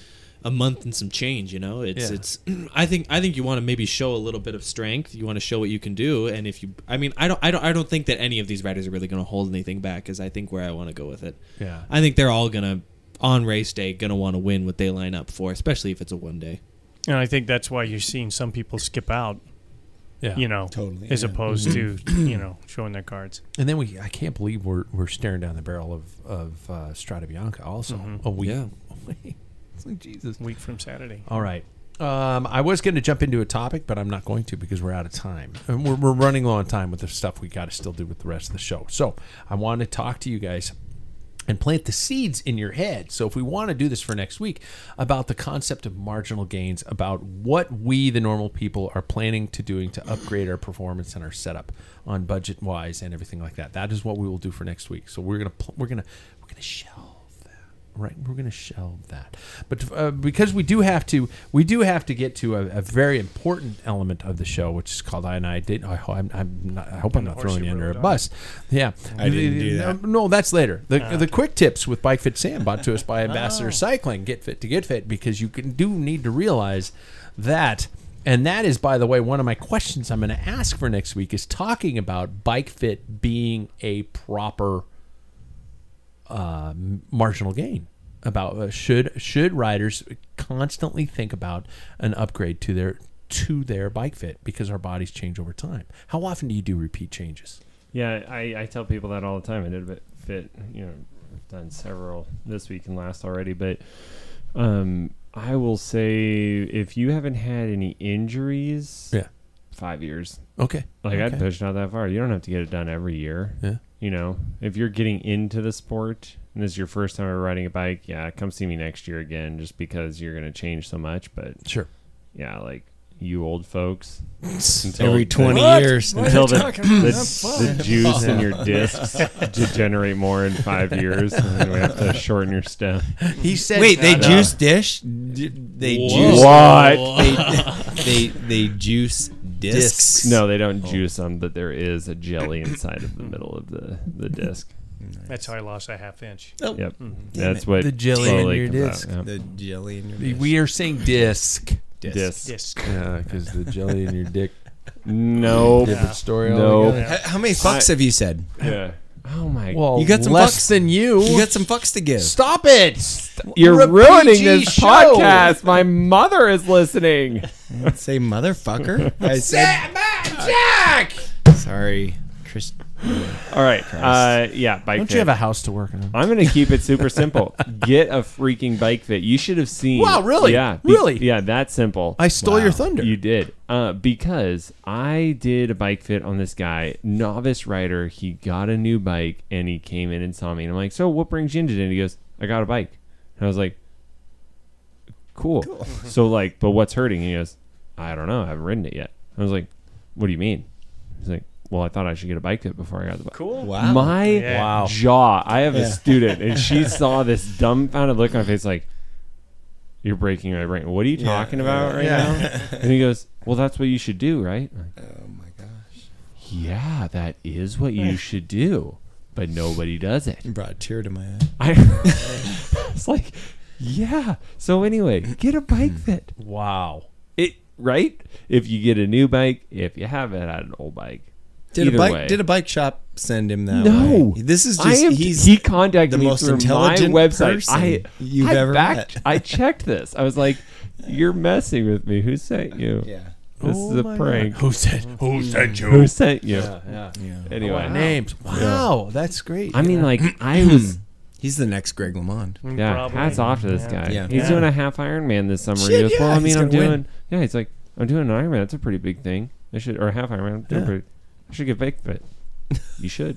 a month and some change. You know, it's Yeah. it's. I think I think you want to maybe show a little bit of strength. You want to show what you can do, and if you, I mean, I don't I don't I don't think that any of these riders are really going to hold anything back. Is I think where I want to go with it. Yeah. I think they're all gonna on race day gonna want to win what they line up for, especially if it's a one day. And I think that's why you're seeing some people skip out, Yeah. Mm-hmm. you know, Totally, as yeah. opposed to you know showing their cards. And then we, I can't believe we're, we're staring down the barrel of, of uh, Strada Bianca also Mm-hmm. a week Yeah. away. It's like, Jesus. Week from Saturday. All right. Um, I was going to jump into a topic, but I'm not going to because we're out of time. And we're, we're running low on time with the stuff we got to still do with the rest of the show. So I want to talk to you guys and plant the seeds in your head. So if we want to do this for next week about the concept of marginal gains, about what we the normal people are planning to doing to upgrade our performance and our setup on budget wise and everything like that. That is what we will do for next week. So we're gonna pl- we're gonna we're gonna shelve that. Right, we're going to shelve that, but uh, because we do have to, we do have to get to a, a very important element of the show, which is called "I and I did." I, ho- I'm, I'm not, I hope I'm not throwing you under a bus. Yeah, I didn't do No, that. Ah, no, that's later. The, the quick tips with Bike Fit Sam brought to us Oh. by Ambassador Cycling. Get fit to get fit because you can, do need to realize that. And that is, by the way, one of my questions I'm going to ask for next week is talking about Bike Fit being a proper uh, marginal gain. About uh, should should riders constantly think about an upgrade to their to their bike fit because our bodies change over time. How often do you do repeat changes? Yeah, I, I tell people that all the time. I did a bit fit, you know, I've done several this week and last already, but um, I will say if you haven't had any injuries, Yeah. five years. Okay. Like okay. I'd push not that far. You don't have to get it done every year. Yeah. You know, if you're getting into the sport and this is your first time ever riding a bike, yeah, come see me next year again, just because you're gonna change so much. But Sure. yeah, like you old folks, Every 20 years. until the, the, the juice in your discs degenerate more in five years, and then we have to shorten your step. He said. uh, Wait, they No, no. juice dish? D- They juice. What? They, they juice discs. Oh. No, they don't juice them, but there is a jelly inside of the middle of the the disc. That's how I lost a half inch. Oh. Mm-hmm. Yep, that's it. what The jelly in slowly your comes out, disc. yeah. The jelly in your We are saying disc. Disc. Yes. Because the jelly in your dick. Nope. Different story. Nope. altogether. How, how many fucks have you said? Yeah. Oh my. Well, You got some less fucks? than you. You got some fucks to give. Stop it! You're We're a ruining PG this show. podcast. My mother is listening. Don't Say motherfucker. I said. Jack! Sorry, Chris. All right. Uh, yeah. Bike Don't fit. you have a house to work on? I'm gonna keep it super simple. Get a freaking bike fit. You should have seen. Wow, really? Yeah, Really? Yeah, that simple. I stole your thunder. You did. Uh, because I did a bike fit on this guy, novice rider. He got a new bike and he came in and saw me. And I'm like, So what brings you in today? And he goes, I got a bike. And I was like, Cool. so, like, but what's hurting? And he goes, I don't know. I haven't ridden it yet. I was like, What do you mean? He's like, Well, I thought I should get a bike fit before I got the bike. Cool. Wow. My Wow. jaw. I have a student, and she saw this dumbfounded look on her face, like, "You're breaking my brain. What are you talking about right now?" And he goes, "Well, that's what you should do, right?" oh my gosh. Yeah, that is what you should do, but nobody does it. You brought a tear to my eye. I. it's like, yeah. So anyway, get a bike fit. Wow. It right. If you get a new bike, if you haven't had an old bike. Did either a bike? way. Did a bike shop send him that? No, way? this is just I am- he's he contacted the me most through intelligent my website. person I you've I ever backed- met. I checked this. I was like, You're messing with me. Who sent you? Yeah. This Oh is a my prank. God. Who sent? Who sent you? Who sent you? Mm. Yeah, yeah. Anyway. Wow. names. Wow, that's great. I mean, Yeah. like, I was. He's the next Greg LeMond. Mm, Yeah, Mm, Probably. hats off to this guy. Yeah. He's Yeah. doing a half Ironman this summer. Shit, he goes, yeah, well, I mean, he's I'm gonna doing. win." Yeah, he's like, I'm doing an Ironman. That's a pretty big thing. I should, or a half Ironman. Yeah. Pretty, I should get baked, but you should.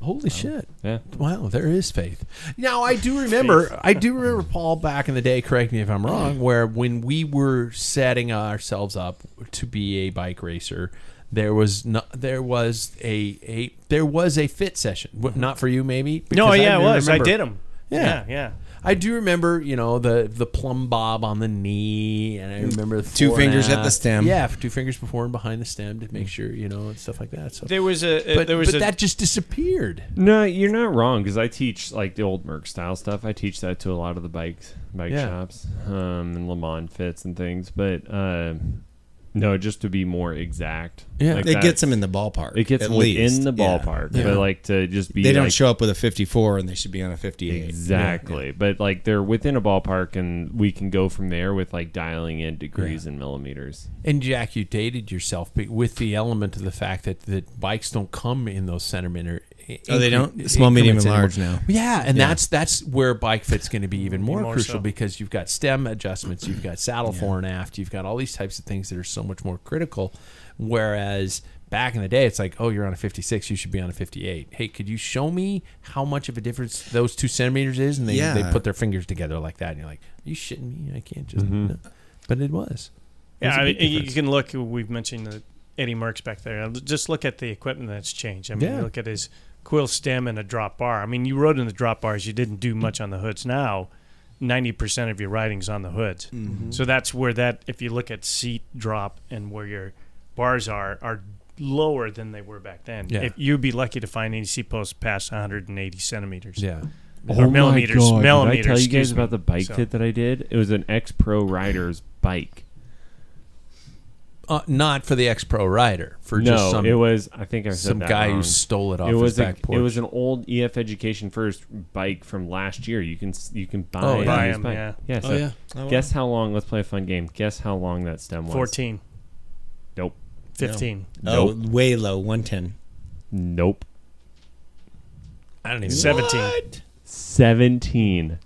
Holy shit. Yeah. Wow, there is faith. Now I do remember I do remember Paul back in the day, correct me if I'm wrong, where when we were setting ourselves up to be a bike racer, there was not there was a, a there was a fit session. W- Not for you maybe? No, because yeah, it do was. remember- I did them. Yeah. yeah, yeah. I do remember, you know, the the plumb bob on the knee, and I remember the Two fore and fingers at the aft. stem. Yeah, two fingers before and behind the stem to make sure, you know, and stuff like that. So, There was a, but, there was but a, that just disappeared. No, you're not wrong because I teach like the old Merc style stuff. I teach that to a lot of the bikes, bike Yeah. shops, um, and Le Mans fits and things. But uh, no, just to be more exact, Yeah. like It that- gets him in the ballpark. It gets at within least. the Yeah. ballpark, Yeah. but like to just be They don't like, show up with a 54, and they should be on a 58. Exactly. But like they're within a ballpark and we can go from there with like dialing in degrees and millimeters. And Jack, you dated yourself be- with the element of the fact that, that bikes don't come in those centimeter. i- Oh, they incre- don't? Small, medium, increments and large anymore. now. Yeah, and that's that's where bike fit's going to be even more, more crucial so. because you've got stem adjustments, you've got saddle fore and aft, you've got all these types of things that are so much more critical. Whereas back in the day, it's like, oh, you're on a 56, you should be on a 58. Hey, could you show me how much of a difference those two centimeters is? And they, they Yeah. put their fingers together like that, and you're like, are you shitting me? I can't just. Mm-hmm. No. But it was. It was yeah. a I mean, big you difference. can look. We've mentioned the Eddie Merckx back there. Just look at the equipment that's changed. I mean, Yeah. look at his quill stem and a drop bar. I mean, you rode in the drop bars. You didn't do much on the hoods. Now, ninety percent of your riding's on the hoods. Mm-hmm. So that's where that. If you look at seat drop and where your bars are, are lower than they were back then. Yeah. If you'd be lucky to find any seat posts past 180 centimeters. Yeah. Or millimeters. Oh Did Millimeters. I tell you excuse guys me. about the bike So- fit that I did? It was an ex pro rider's bike. Uh, not for the ex pro rider, for no, just some it was I think I said some that guy wrong. who stole it off it his was a, back porch. It was an old EF Education First bike from last year. You can s- you can buy Oh, it. buy It's 'em, back. yeah. yeah. So Oh, yeah. Oh, wow. guess how long? Let's play a fun game. Guess how long that stem was? 14, Nope. 15, Oh, way low, 110. Nope. I don't even 17. Seventeen.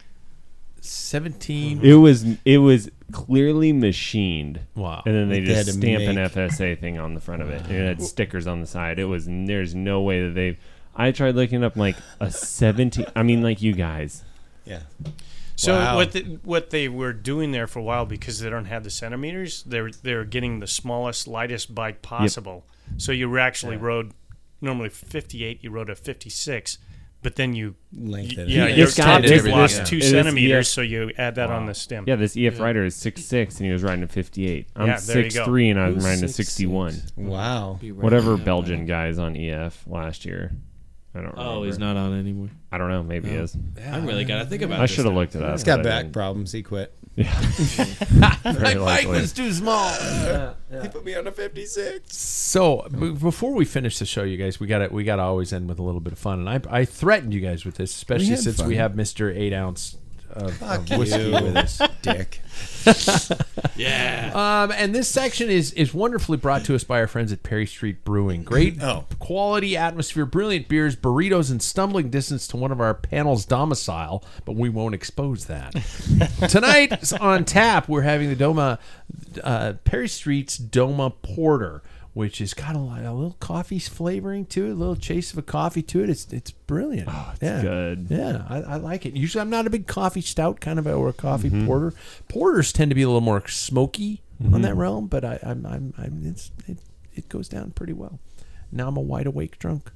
seventeen. It was it was clearly machined. Wow. And then they Like they just had to stamp an make- FSA thing on the front of it. And it had stickers on the side. It was there's no way that they I tried looking up like a 17 I mean like you guys. Yeah. So Wow. what the, what they were doing there for a while because they don't have the centimeters, they were they were getting the smallest, lightest bike possible. So you were actually rode normally 58, you rode a 56, but then you Lengthened. yeah, Yeah, your this guy top did tip everything. lost Yeah. two It is- centimeters, yeah. so you add that on the stem. Yeah, this EF rider is 6'6 and he was riding a 58. I'm Yeah, there you go. 6'3 and I was Who's riding a 6'6"? 61. Wow. Whatever Belgian guys on EF last year. I don't remember. Oh, he's not on anymore. I don't know, maybe he is. I really gotta think about. I this should have now. looked it up. He's got but I back didn't. problems. He quit. Very Bike likely. was too small. He put me on a 56. So b- before we finish the show, you guys, we got to we got to always end with a little bit of fun, and I I threatened you guys with this, especially had since fun. we have Mister Eight Ounce of, of you. whiskey with us. Dick. Um, and this section is is wonderfully brought to us by our friends at Perry Street Brewing. Great quality atmosphere, brilliant beers, burritos, and stumbling distance to one of our panel's domicile, but we won't expose that. Tonight on tap, we're having the Doma uh, Perry Street's Doma Porter. Which has got a, lot, a little coffee flavoring to it, a little chase of a coffee to it. It's it's brilliant. Oh, it's yeah. good. Yeah, I, I like it. Usually, I'm not a big coffee stout kind of a, or a coffee porter. Porters tend to be a little more smoky on that realm, but I, I'm, I'm, I'm it's, it, it goes down pretty well. Now I'm a wide awake drunk.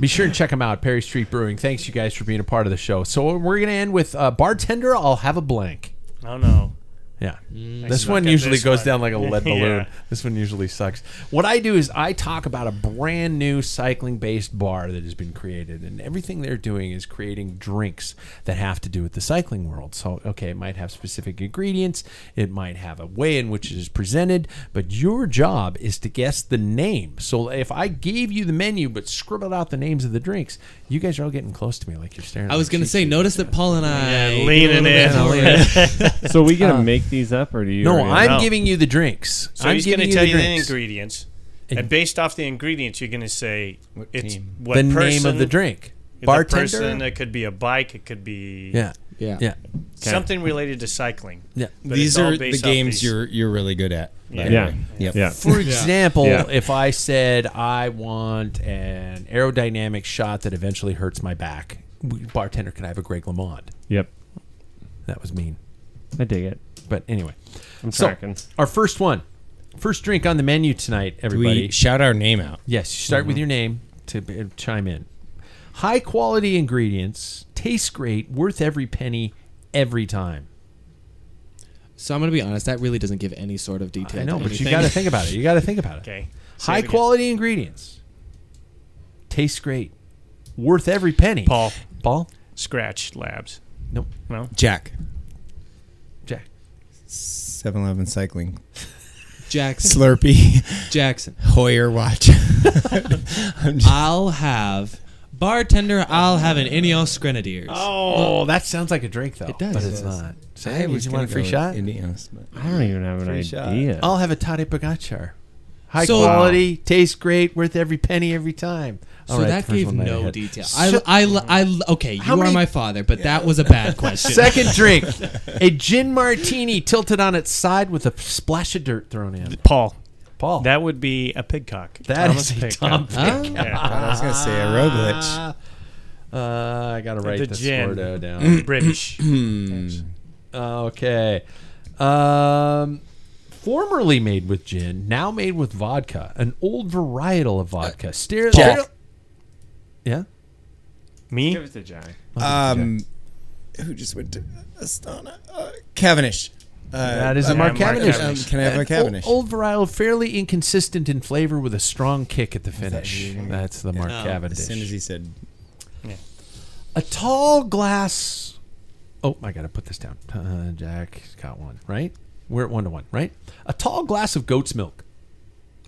Be sure and check them out, Perry Street Brewing. Thanks, you guys, for being a part of the show. So we're going to end with uh, bartender. I'll have a blank. Oh no. Yeah. Mm. I This snuck one in usually this goes one. down like a lead Yeah. balloon. This one usually sucks. What I do is I talk about a brand new cycling based bar that has been created, and everything they're doing is creating drinks that have to do with the cycling world. So, okay, it might have specific ingredients, it might have a way in which it is presented, but your job is to guess the name. So, if I gave you the menu but scribbled out the names of the drinks, you guys are all getting close to me like you're staring. I was gonna say, notice that Paul and I Yeah, leaning in. So we Uh, gonna make these up, or do you? No, already- I'm No. giving you the drinks. So I'm he's going giving to tell you drinks. the ingredients, and based off the ingredients, you're going to say it's what the person, name of the drink. the Bartender. person, it could be a bike. It could be yeah. Yeah. Yeah. something related to cycling. Yeah. But these it's all are the based off games these. you're you're really good at. by the Yeah. way. Yep. Yeah. For example, Yeah. if I said I want an aerodynamic shot that eventually hurts my back, w- bartender, can I have a Greg LeMond? Yep. That was mean. I dig it. But anyway. I'm So, tracking. our first one. First drink on the menu tonight, Do everybody. we shout our name out? Yes, you start Mm-hmm. with your name to b- chime in. High quality ingredients, tastes great, worth every penny, every time. So I'm gonna be honest. That really doesn't give any sort of detail. I know, to but you anything. got to think about it. You got to think about it. Okay. Say it High again. quality ingredients, tastes great, worth every penny. Paul Paul, Scratch Labs. nope. No, Jack. Jack, 7-Eleven cycling. Jackson. Slurpee. Jackson. Hoyer watch. I'll have bartender. I'll have an Ineos Grenadiers. Oh, that sounds like a drink though. It does. but It it's does. not. Say, would you want a free shot? Indians, but I don't even have an Free shot. idea. I'll have a Toddy Pagachar. High So- quality, tastes great, worth every penny every time. All So right, that first gave one I no had. detail. So- I, I, I, okay, you How are many- my father, but that was a bad question. Second drink, a gin martini tilted on its side with a splash of dirt thrown in. Paul. Paul, That would be a pigcock. That Thomas is a Pigcock. Tom Huh? Yeah. I was gonna say a Roglic. Uh, I gotta write The this gin. Gordo down. British. Okay. Um, formerly made with gin, now made with vodka, an old varietal of Uh, vodka. Steer, Jack. Yeah. Me? Give it to Jack. Um, who just went to Astana? Uh, Cavendish. Uh, That is a uh, Mark Mark Cavendish. Um, Cavendish. can I have a Old- Cavendish? Old, varietal, fairly inconsistent in flavor with a strong kick at the finish. That's the Mark Oh, Cavendish. As soon as he said, a tall glass. Oh, I gotta put this down. Uh, Jack got one right. We're at one to one, right? A tall glass of goat's milk.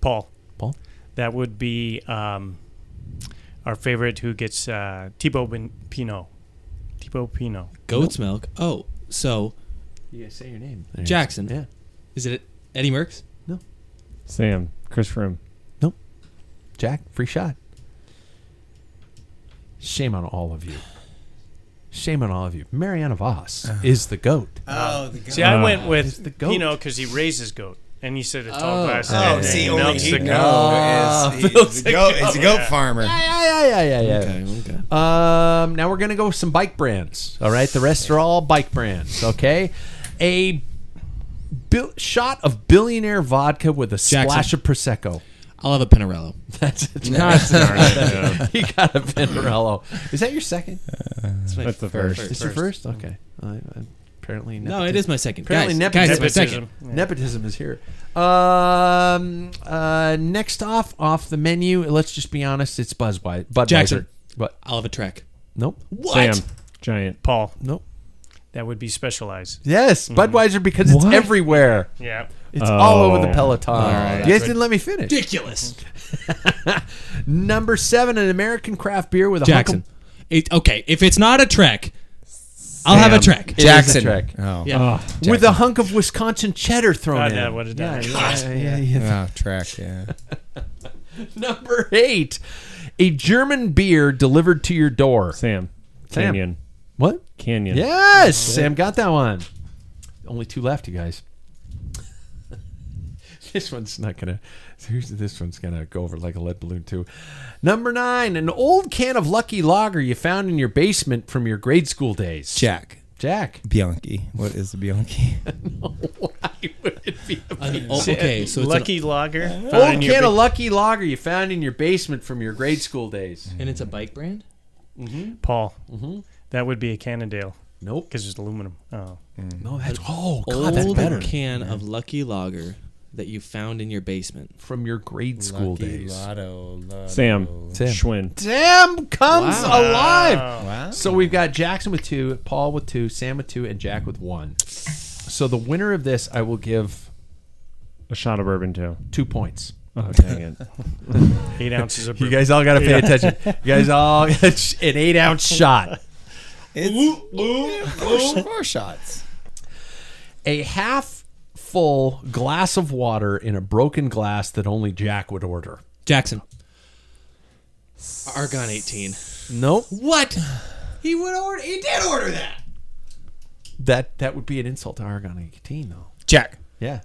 Paul. Paul, That would be um, our favorite who gets uh, Thibaut Bin- Pinot. Thibaut Pinot. Goat's milk. Oh, so you guys say your name. Jackson. Yeah. is it Eddie Merckx? Sam, Chris Froome. Jack, free shot. Shame on all of you. Shame on all of you. Mariana Voss is the goat. Uh-huh. Uh, "Oh, the Uh-huh. See, I went with Uh-huh. the the goat. goat. Pinot because he raises goat. And he said a tall Oh. glass. Oh, and see, he only milks he the knows. goat. He's, a goat, he's a goat farmer. Ah, Yeah, yeah, yeah, yeah, yeah. okay. Um, now we're gonna go with some bike brands. All right, the rest are all bike brands. Okay, a bil- shot of billionaire vodka with a Jackson. splash of prosecco. I'll have a Pinarello. That's it. you got a Pinarello. Is that your second? That's, my That's the first. Is your first? Okay. I, I, apparently No, it nepotism- is my second. Apparently guys, nepotism. guys, it's my Nepotism. second. Nepotism is here. Um, uh, next off, off the menu. Let's just be honest. It's Budweiser. Budweiser. Jackson. But I'll have a Trek. nope. What? Sam, giant. Paul. Nope. That would be specialized. Mm-hmm. Yes, Mm-hmm. Budweiser because it's What? everywhere. Yeah. It's all Oh. over the peloton. you guys didn't let me finish. Ridiculous. Number seven, an American craft beer with a Jackson. hunk It, okay, if it's not a Trek, I'll have a Trek. of, Jackson. It is a Trek. Oh, Yeah. with a hunk of Wisconsin cheddar thrown God, in. that would've done it. yeah, yeah, yeah, yeah. oh, track. Yeah. Number eight, a German beer delivered to your door. Sam, Sam. Canyon. What? Canyon. Yes, Sam got that one. Only two left, you guys. this one's not gonna. here's- This one's gonna go over like a lead balloon too. Number nine, an old can of Lucky Lager you found in your basement from your grade school days. Jack Jack. Bianchi. What is a Bianchi? Why would it be a An- oh, okay, so it's Lucky Lager. Uh, old can of Lucky Lager you found in your basement from your grade school days? Mm-hmm. An, and it's a bike brand. Paul. That would be a Cannondale. Nope. Because it's aluminum. Oh. No, that's oh god, Mm. that's Old better. can of Lucky Lager that you found in your basement. From your grade school days. Sam, Sam. Schwinn. Damn comes Wow. alive. So we've got Jackson with two, Paul with two, Sam with two, and Jack with one. So the winner of this, I will give A shot of bourbon too. two points. Oh dang it! Eight ounces of You guys all got to pay attention. You guys all an eight ounce shot. Four, four shots. a half full glass of water in a broken glass that only Jack would order. Jackson. Argon 18. Nope. What? He would order. He did order that. That that would be an insult to Aragon 18 though. Jack. Yeah.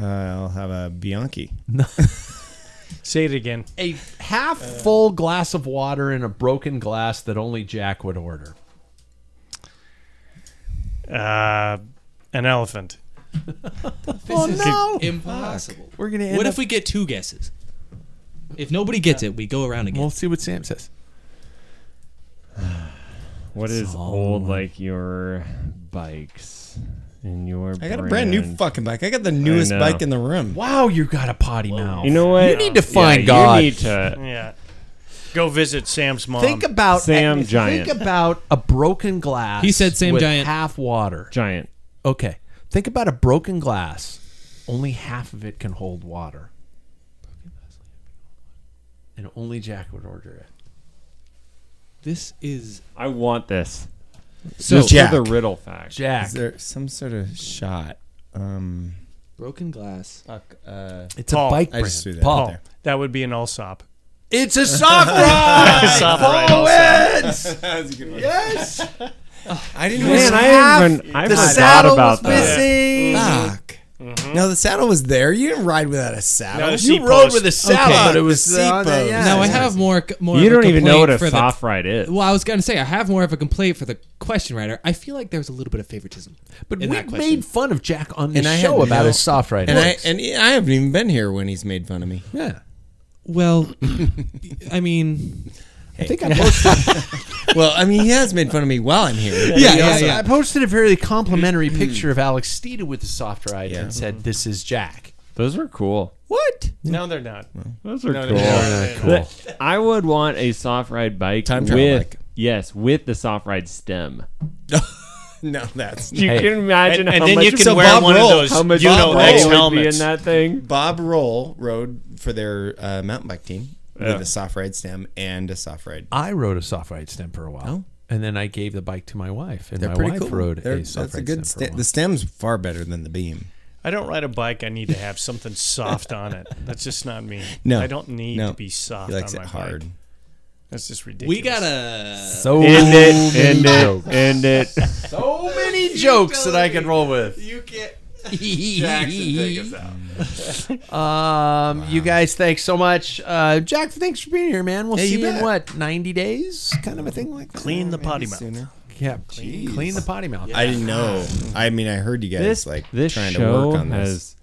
Uh, I'll have a Bianchi. Say it again. A half full glass of water in a broken glass that only Jack would order. Uh, an elephant. Oh no. Impossible. We're gonna end What up- if we get two guesses? If nobody gets it, we go around again. We'll see what Sam says. What is old like your bikes and your? I got a brand new fucking bike. I got the newest know. bike in the room. Wow, you got a potty mouth. You know what? You need to Yeah, find God. You need to. Yeah. Go visit Sam's mom. Think about Sam Giant. Think about a broken glass. He said Sam with Giant. half water. Giant. Okay. Think about a broken glass. Only half of it can hold water. And only Jack would order it. this is I want this. so Just Jack. For the riddle fact. Jack. Is there some sort of shot? Um, broken glass. uh, it's Paul. a bike I brand. just threw that Paul. out there. That would be an Allsop. It's a soft ride. Soft ride Paul also. wins. Yes. Oh, I didn't. Man, know- I half haven't even. I the forgot saddle was about that. missing. Mm-hmm. Fuck. No, the saddle was there. You didn't ride without a saddle. No, You Seat rode post. with a saddle, Okay. but it was uh, The seat on the- post. yeah. Now I have more. c- More. You of a don't even know complaint what a for the- soft ride is. Well, I was gonna say I have more of a complaint for the question writer. I feel like there was a little bit of favoritism. But in we that question. made fun of Jack on the And I show had about no- his soft ride. and I looks. and I haven't even been here when he's made fun of me. yeah. Well, I mean, I think I posted. well, I mean, he has made fun of me while I'm here. Mm-hmm. yeah, yeah, yeah. I posted a very complimentary picture of Alex Steeda with the soft ride Yeah. and said, "This is Jack." Those are cool. What? No, they're not. Those are No, cool. no, no, no, no. I would want a soft ride bike Time trial with bike. yes, with the soft ride stem. No, that's You Hey. can imagine And, and how then much you can So wear Bob one Roll. of those how much you Bob know Roll X would Roll would be helmets. in that thing. Bob Roll rode for their uh, mountain bike team with a soft ride stem and a soft ride. I rode a soft ride stem for a Oh. while, and then I gave the bike to my wife, and They're my pretty wife cool. rode They're- a soft that's a ride good stem. stem. for a The stem's far better than the beam. I don't ride a bike. I need to have something soft on it. That's just not me. No, I don't need no. to be soft He likes on my it hard. bike. That's just ridiculous. we got a. while. so End it, many end jokes. it, end it. So many jokes that I can roll with. You get. Um, you guys, thanks so much, uh, Jack. Thanks for being here, man. We'll Hey, see you you in bet. what ninety days, kind of a thing like that. clean the potty mouth. Yeah, clean the potty mouth. I didn't know. I mean, I heard you guys This like this trying show to work on this has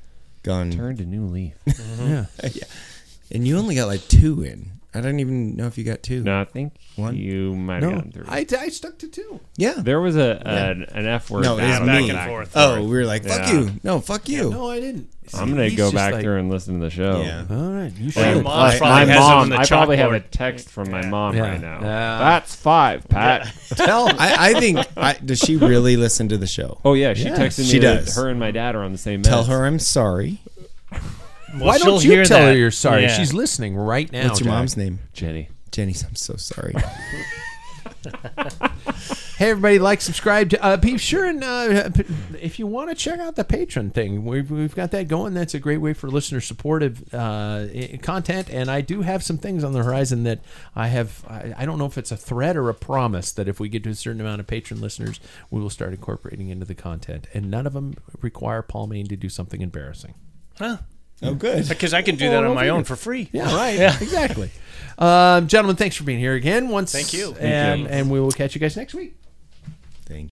gun, turned a new leaf. Mm-hmm. and you only got like two in. I don't even know if you got two. No, I think One? you might have gotten through. I, I stuck to two. Yeah. there was a an, an F word. No, it is battle me. back Forth. Oh, we were like, fuck Yeah. you. No, fuck you. No, I didn't. I'm gonna He's go just back like, through and listen to the show. Yeah. All right, you Well, should. your mom Like, probably my has it on mom, the I probably have a chalkboard. text from my Yeah. mom Yeah. right now. Yeah. That's five, Pat. Tell I, I think. I, does she really listen to the show? Oh yeah, she Yeah. texted me. She that does. Her and my dad are on the same. Tell meds. her I'm sorry. Well, Why she'll don't you hear tell that. her you're sorry? Yeah. She's listening right now. What's your Jack. mom's name? Jenny. Jenny's. I'm so sorry. Hey, everybody, like, subscribe to uh, Peep. Sure, and uh, p- if you want to check out the Patreon thing, we've, we've got that going. That's a great way for listener supportive uh, i- content. And I do have some things on the horizon that I have. I, I don't know if it's a threat or a promise that if we get to a certain amount of patron listeners, we will start incorporating into the content. And none of them require Paul Maine to do something embarrassing. oh, good. Because I can do that on my own for free. Yeah, right. Exactly. Um, gentlemen, thanks for being here again. Once, Thank you. Thank you. And, and we will catch you guys next week. Thank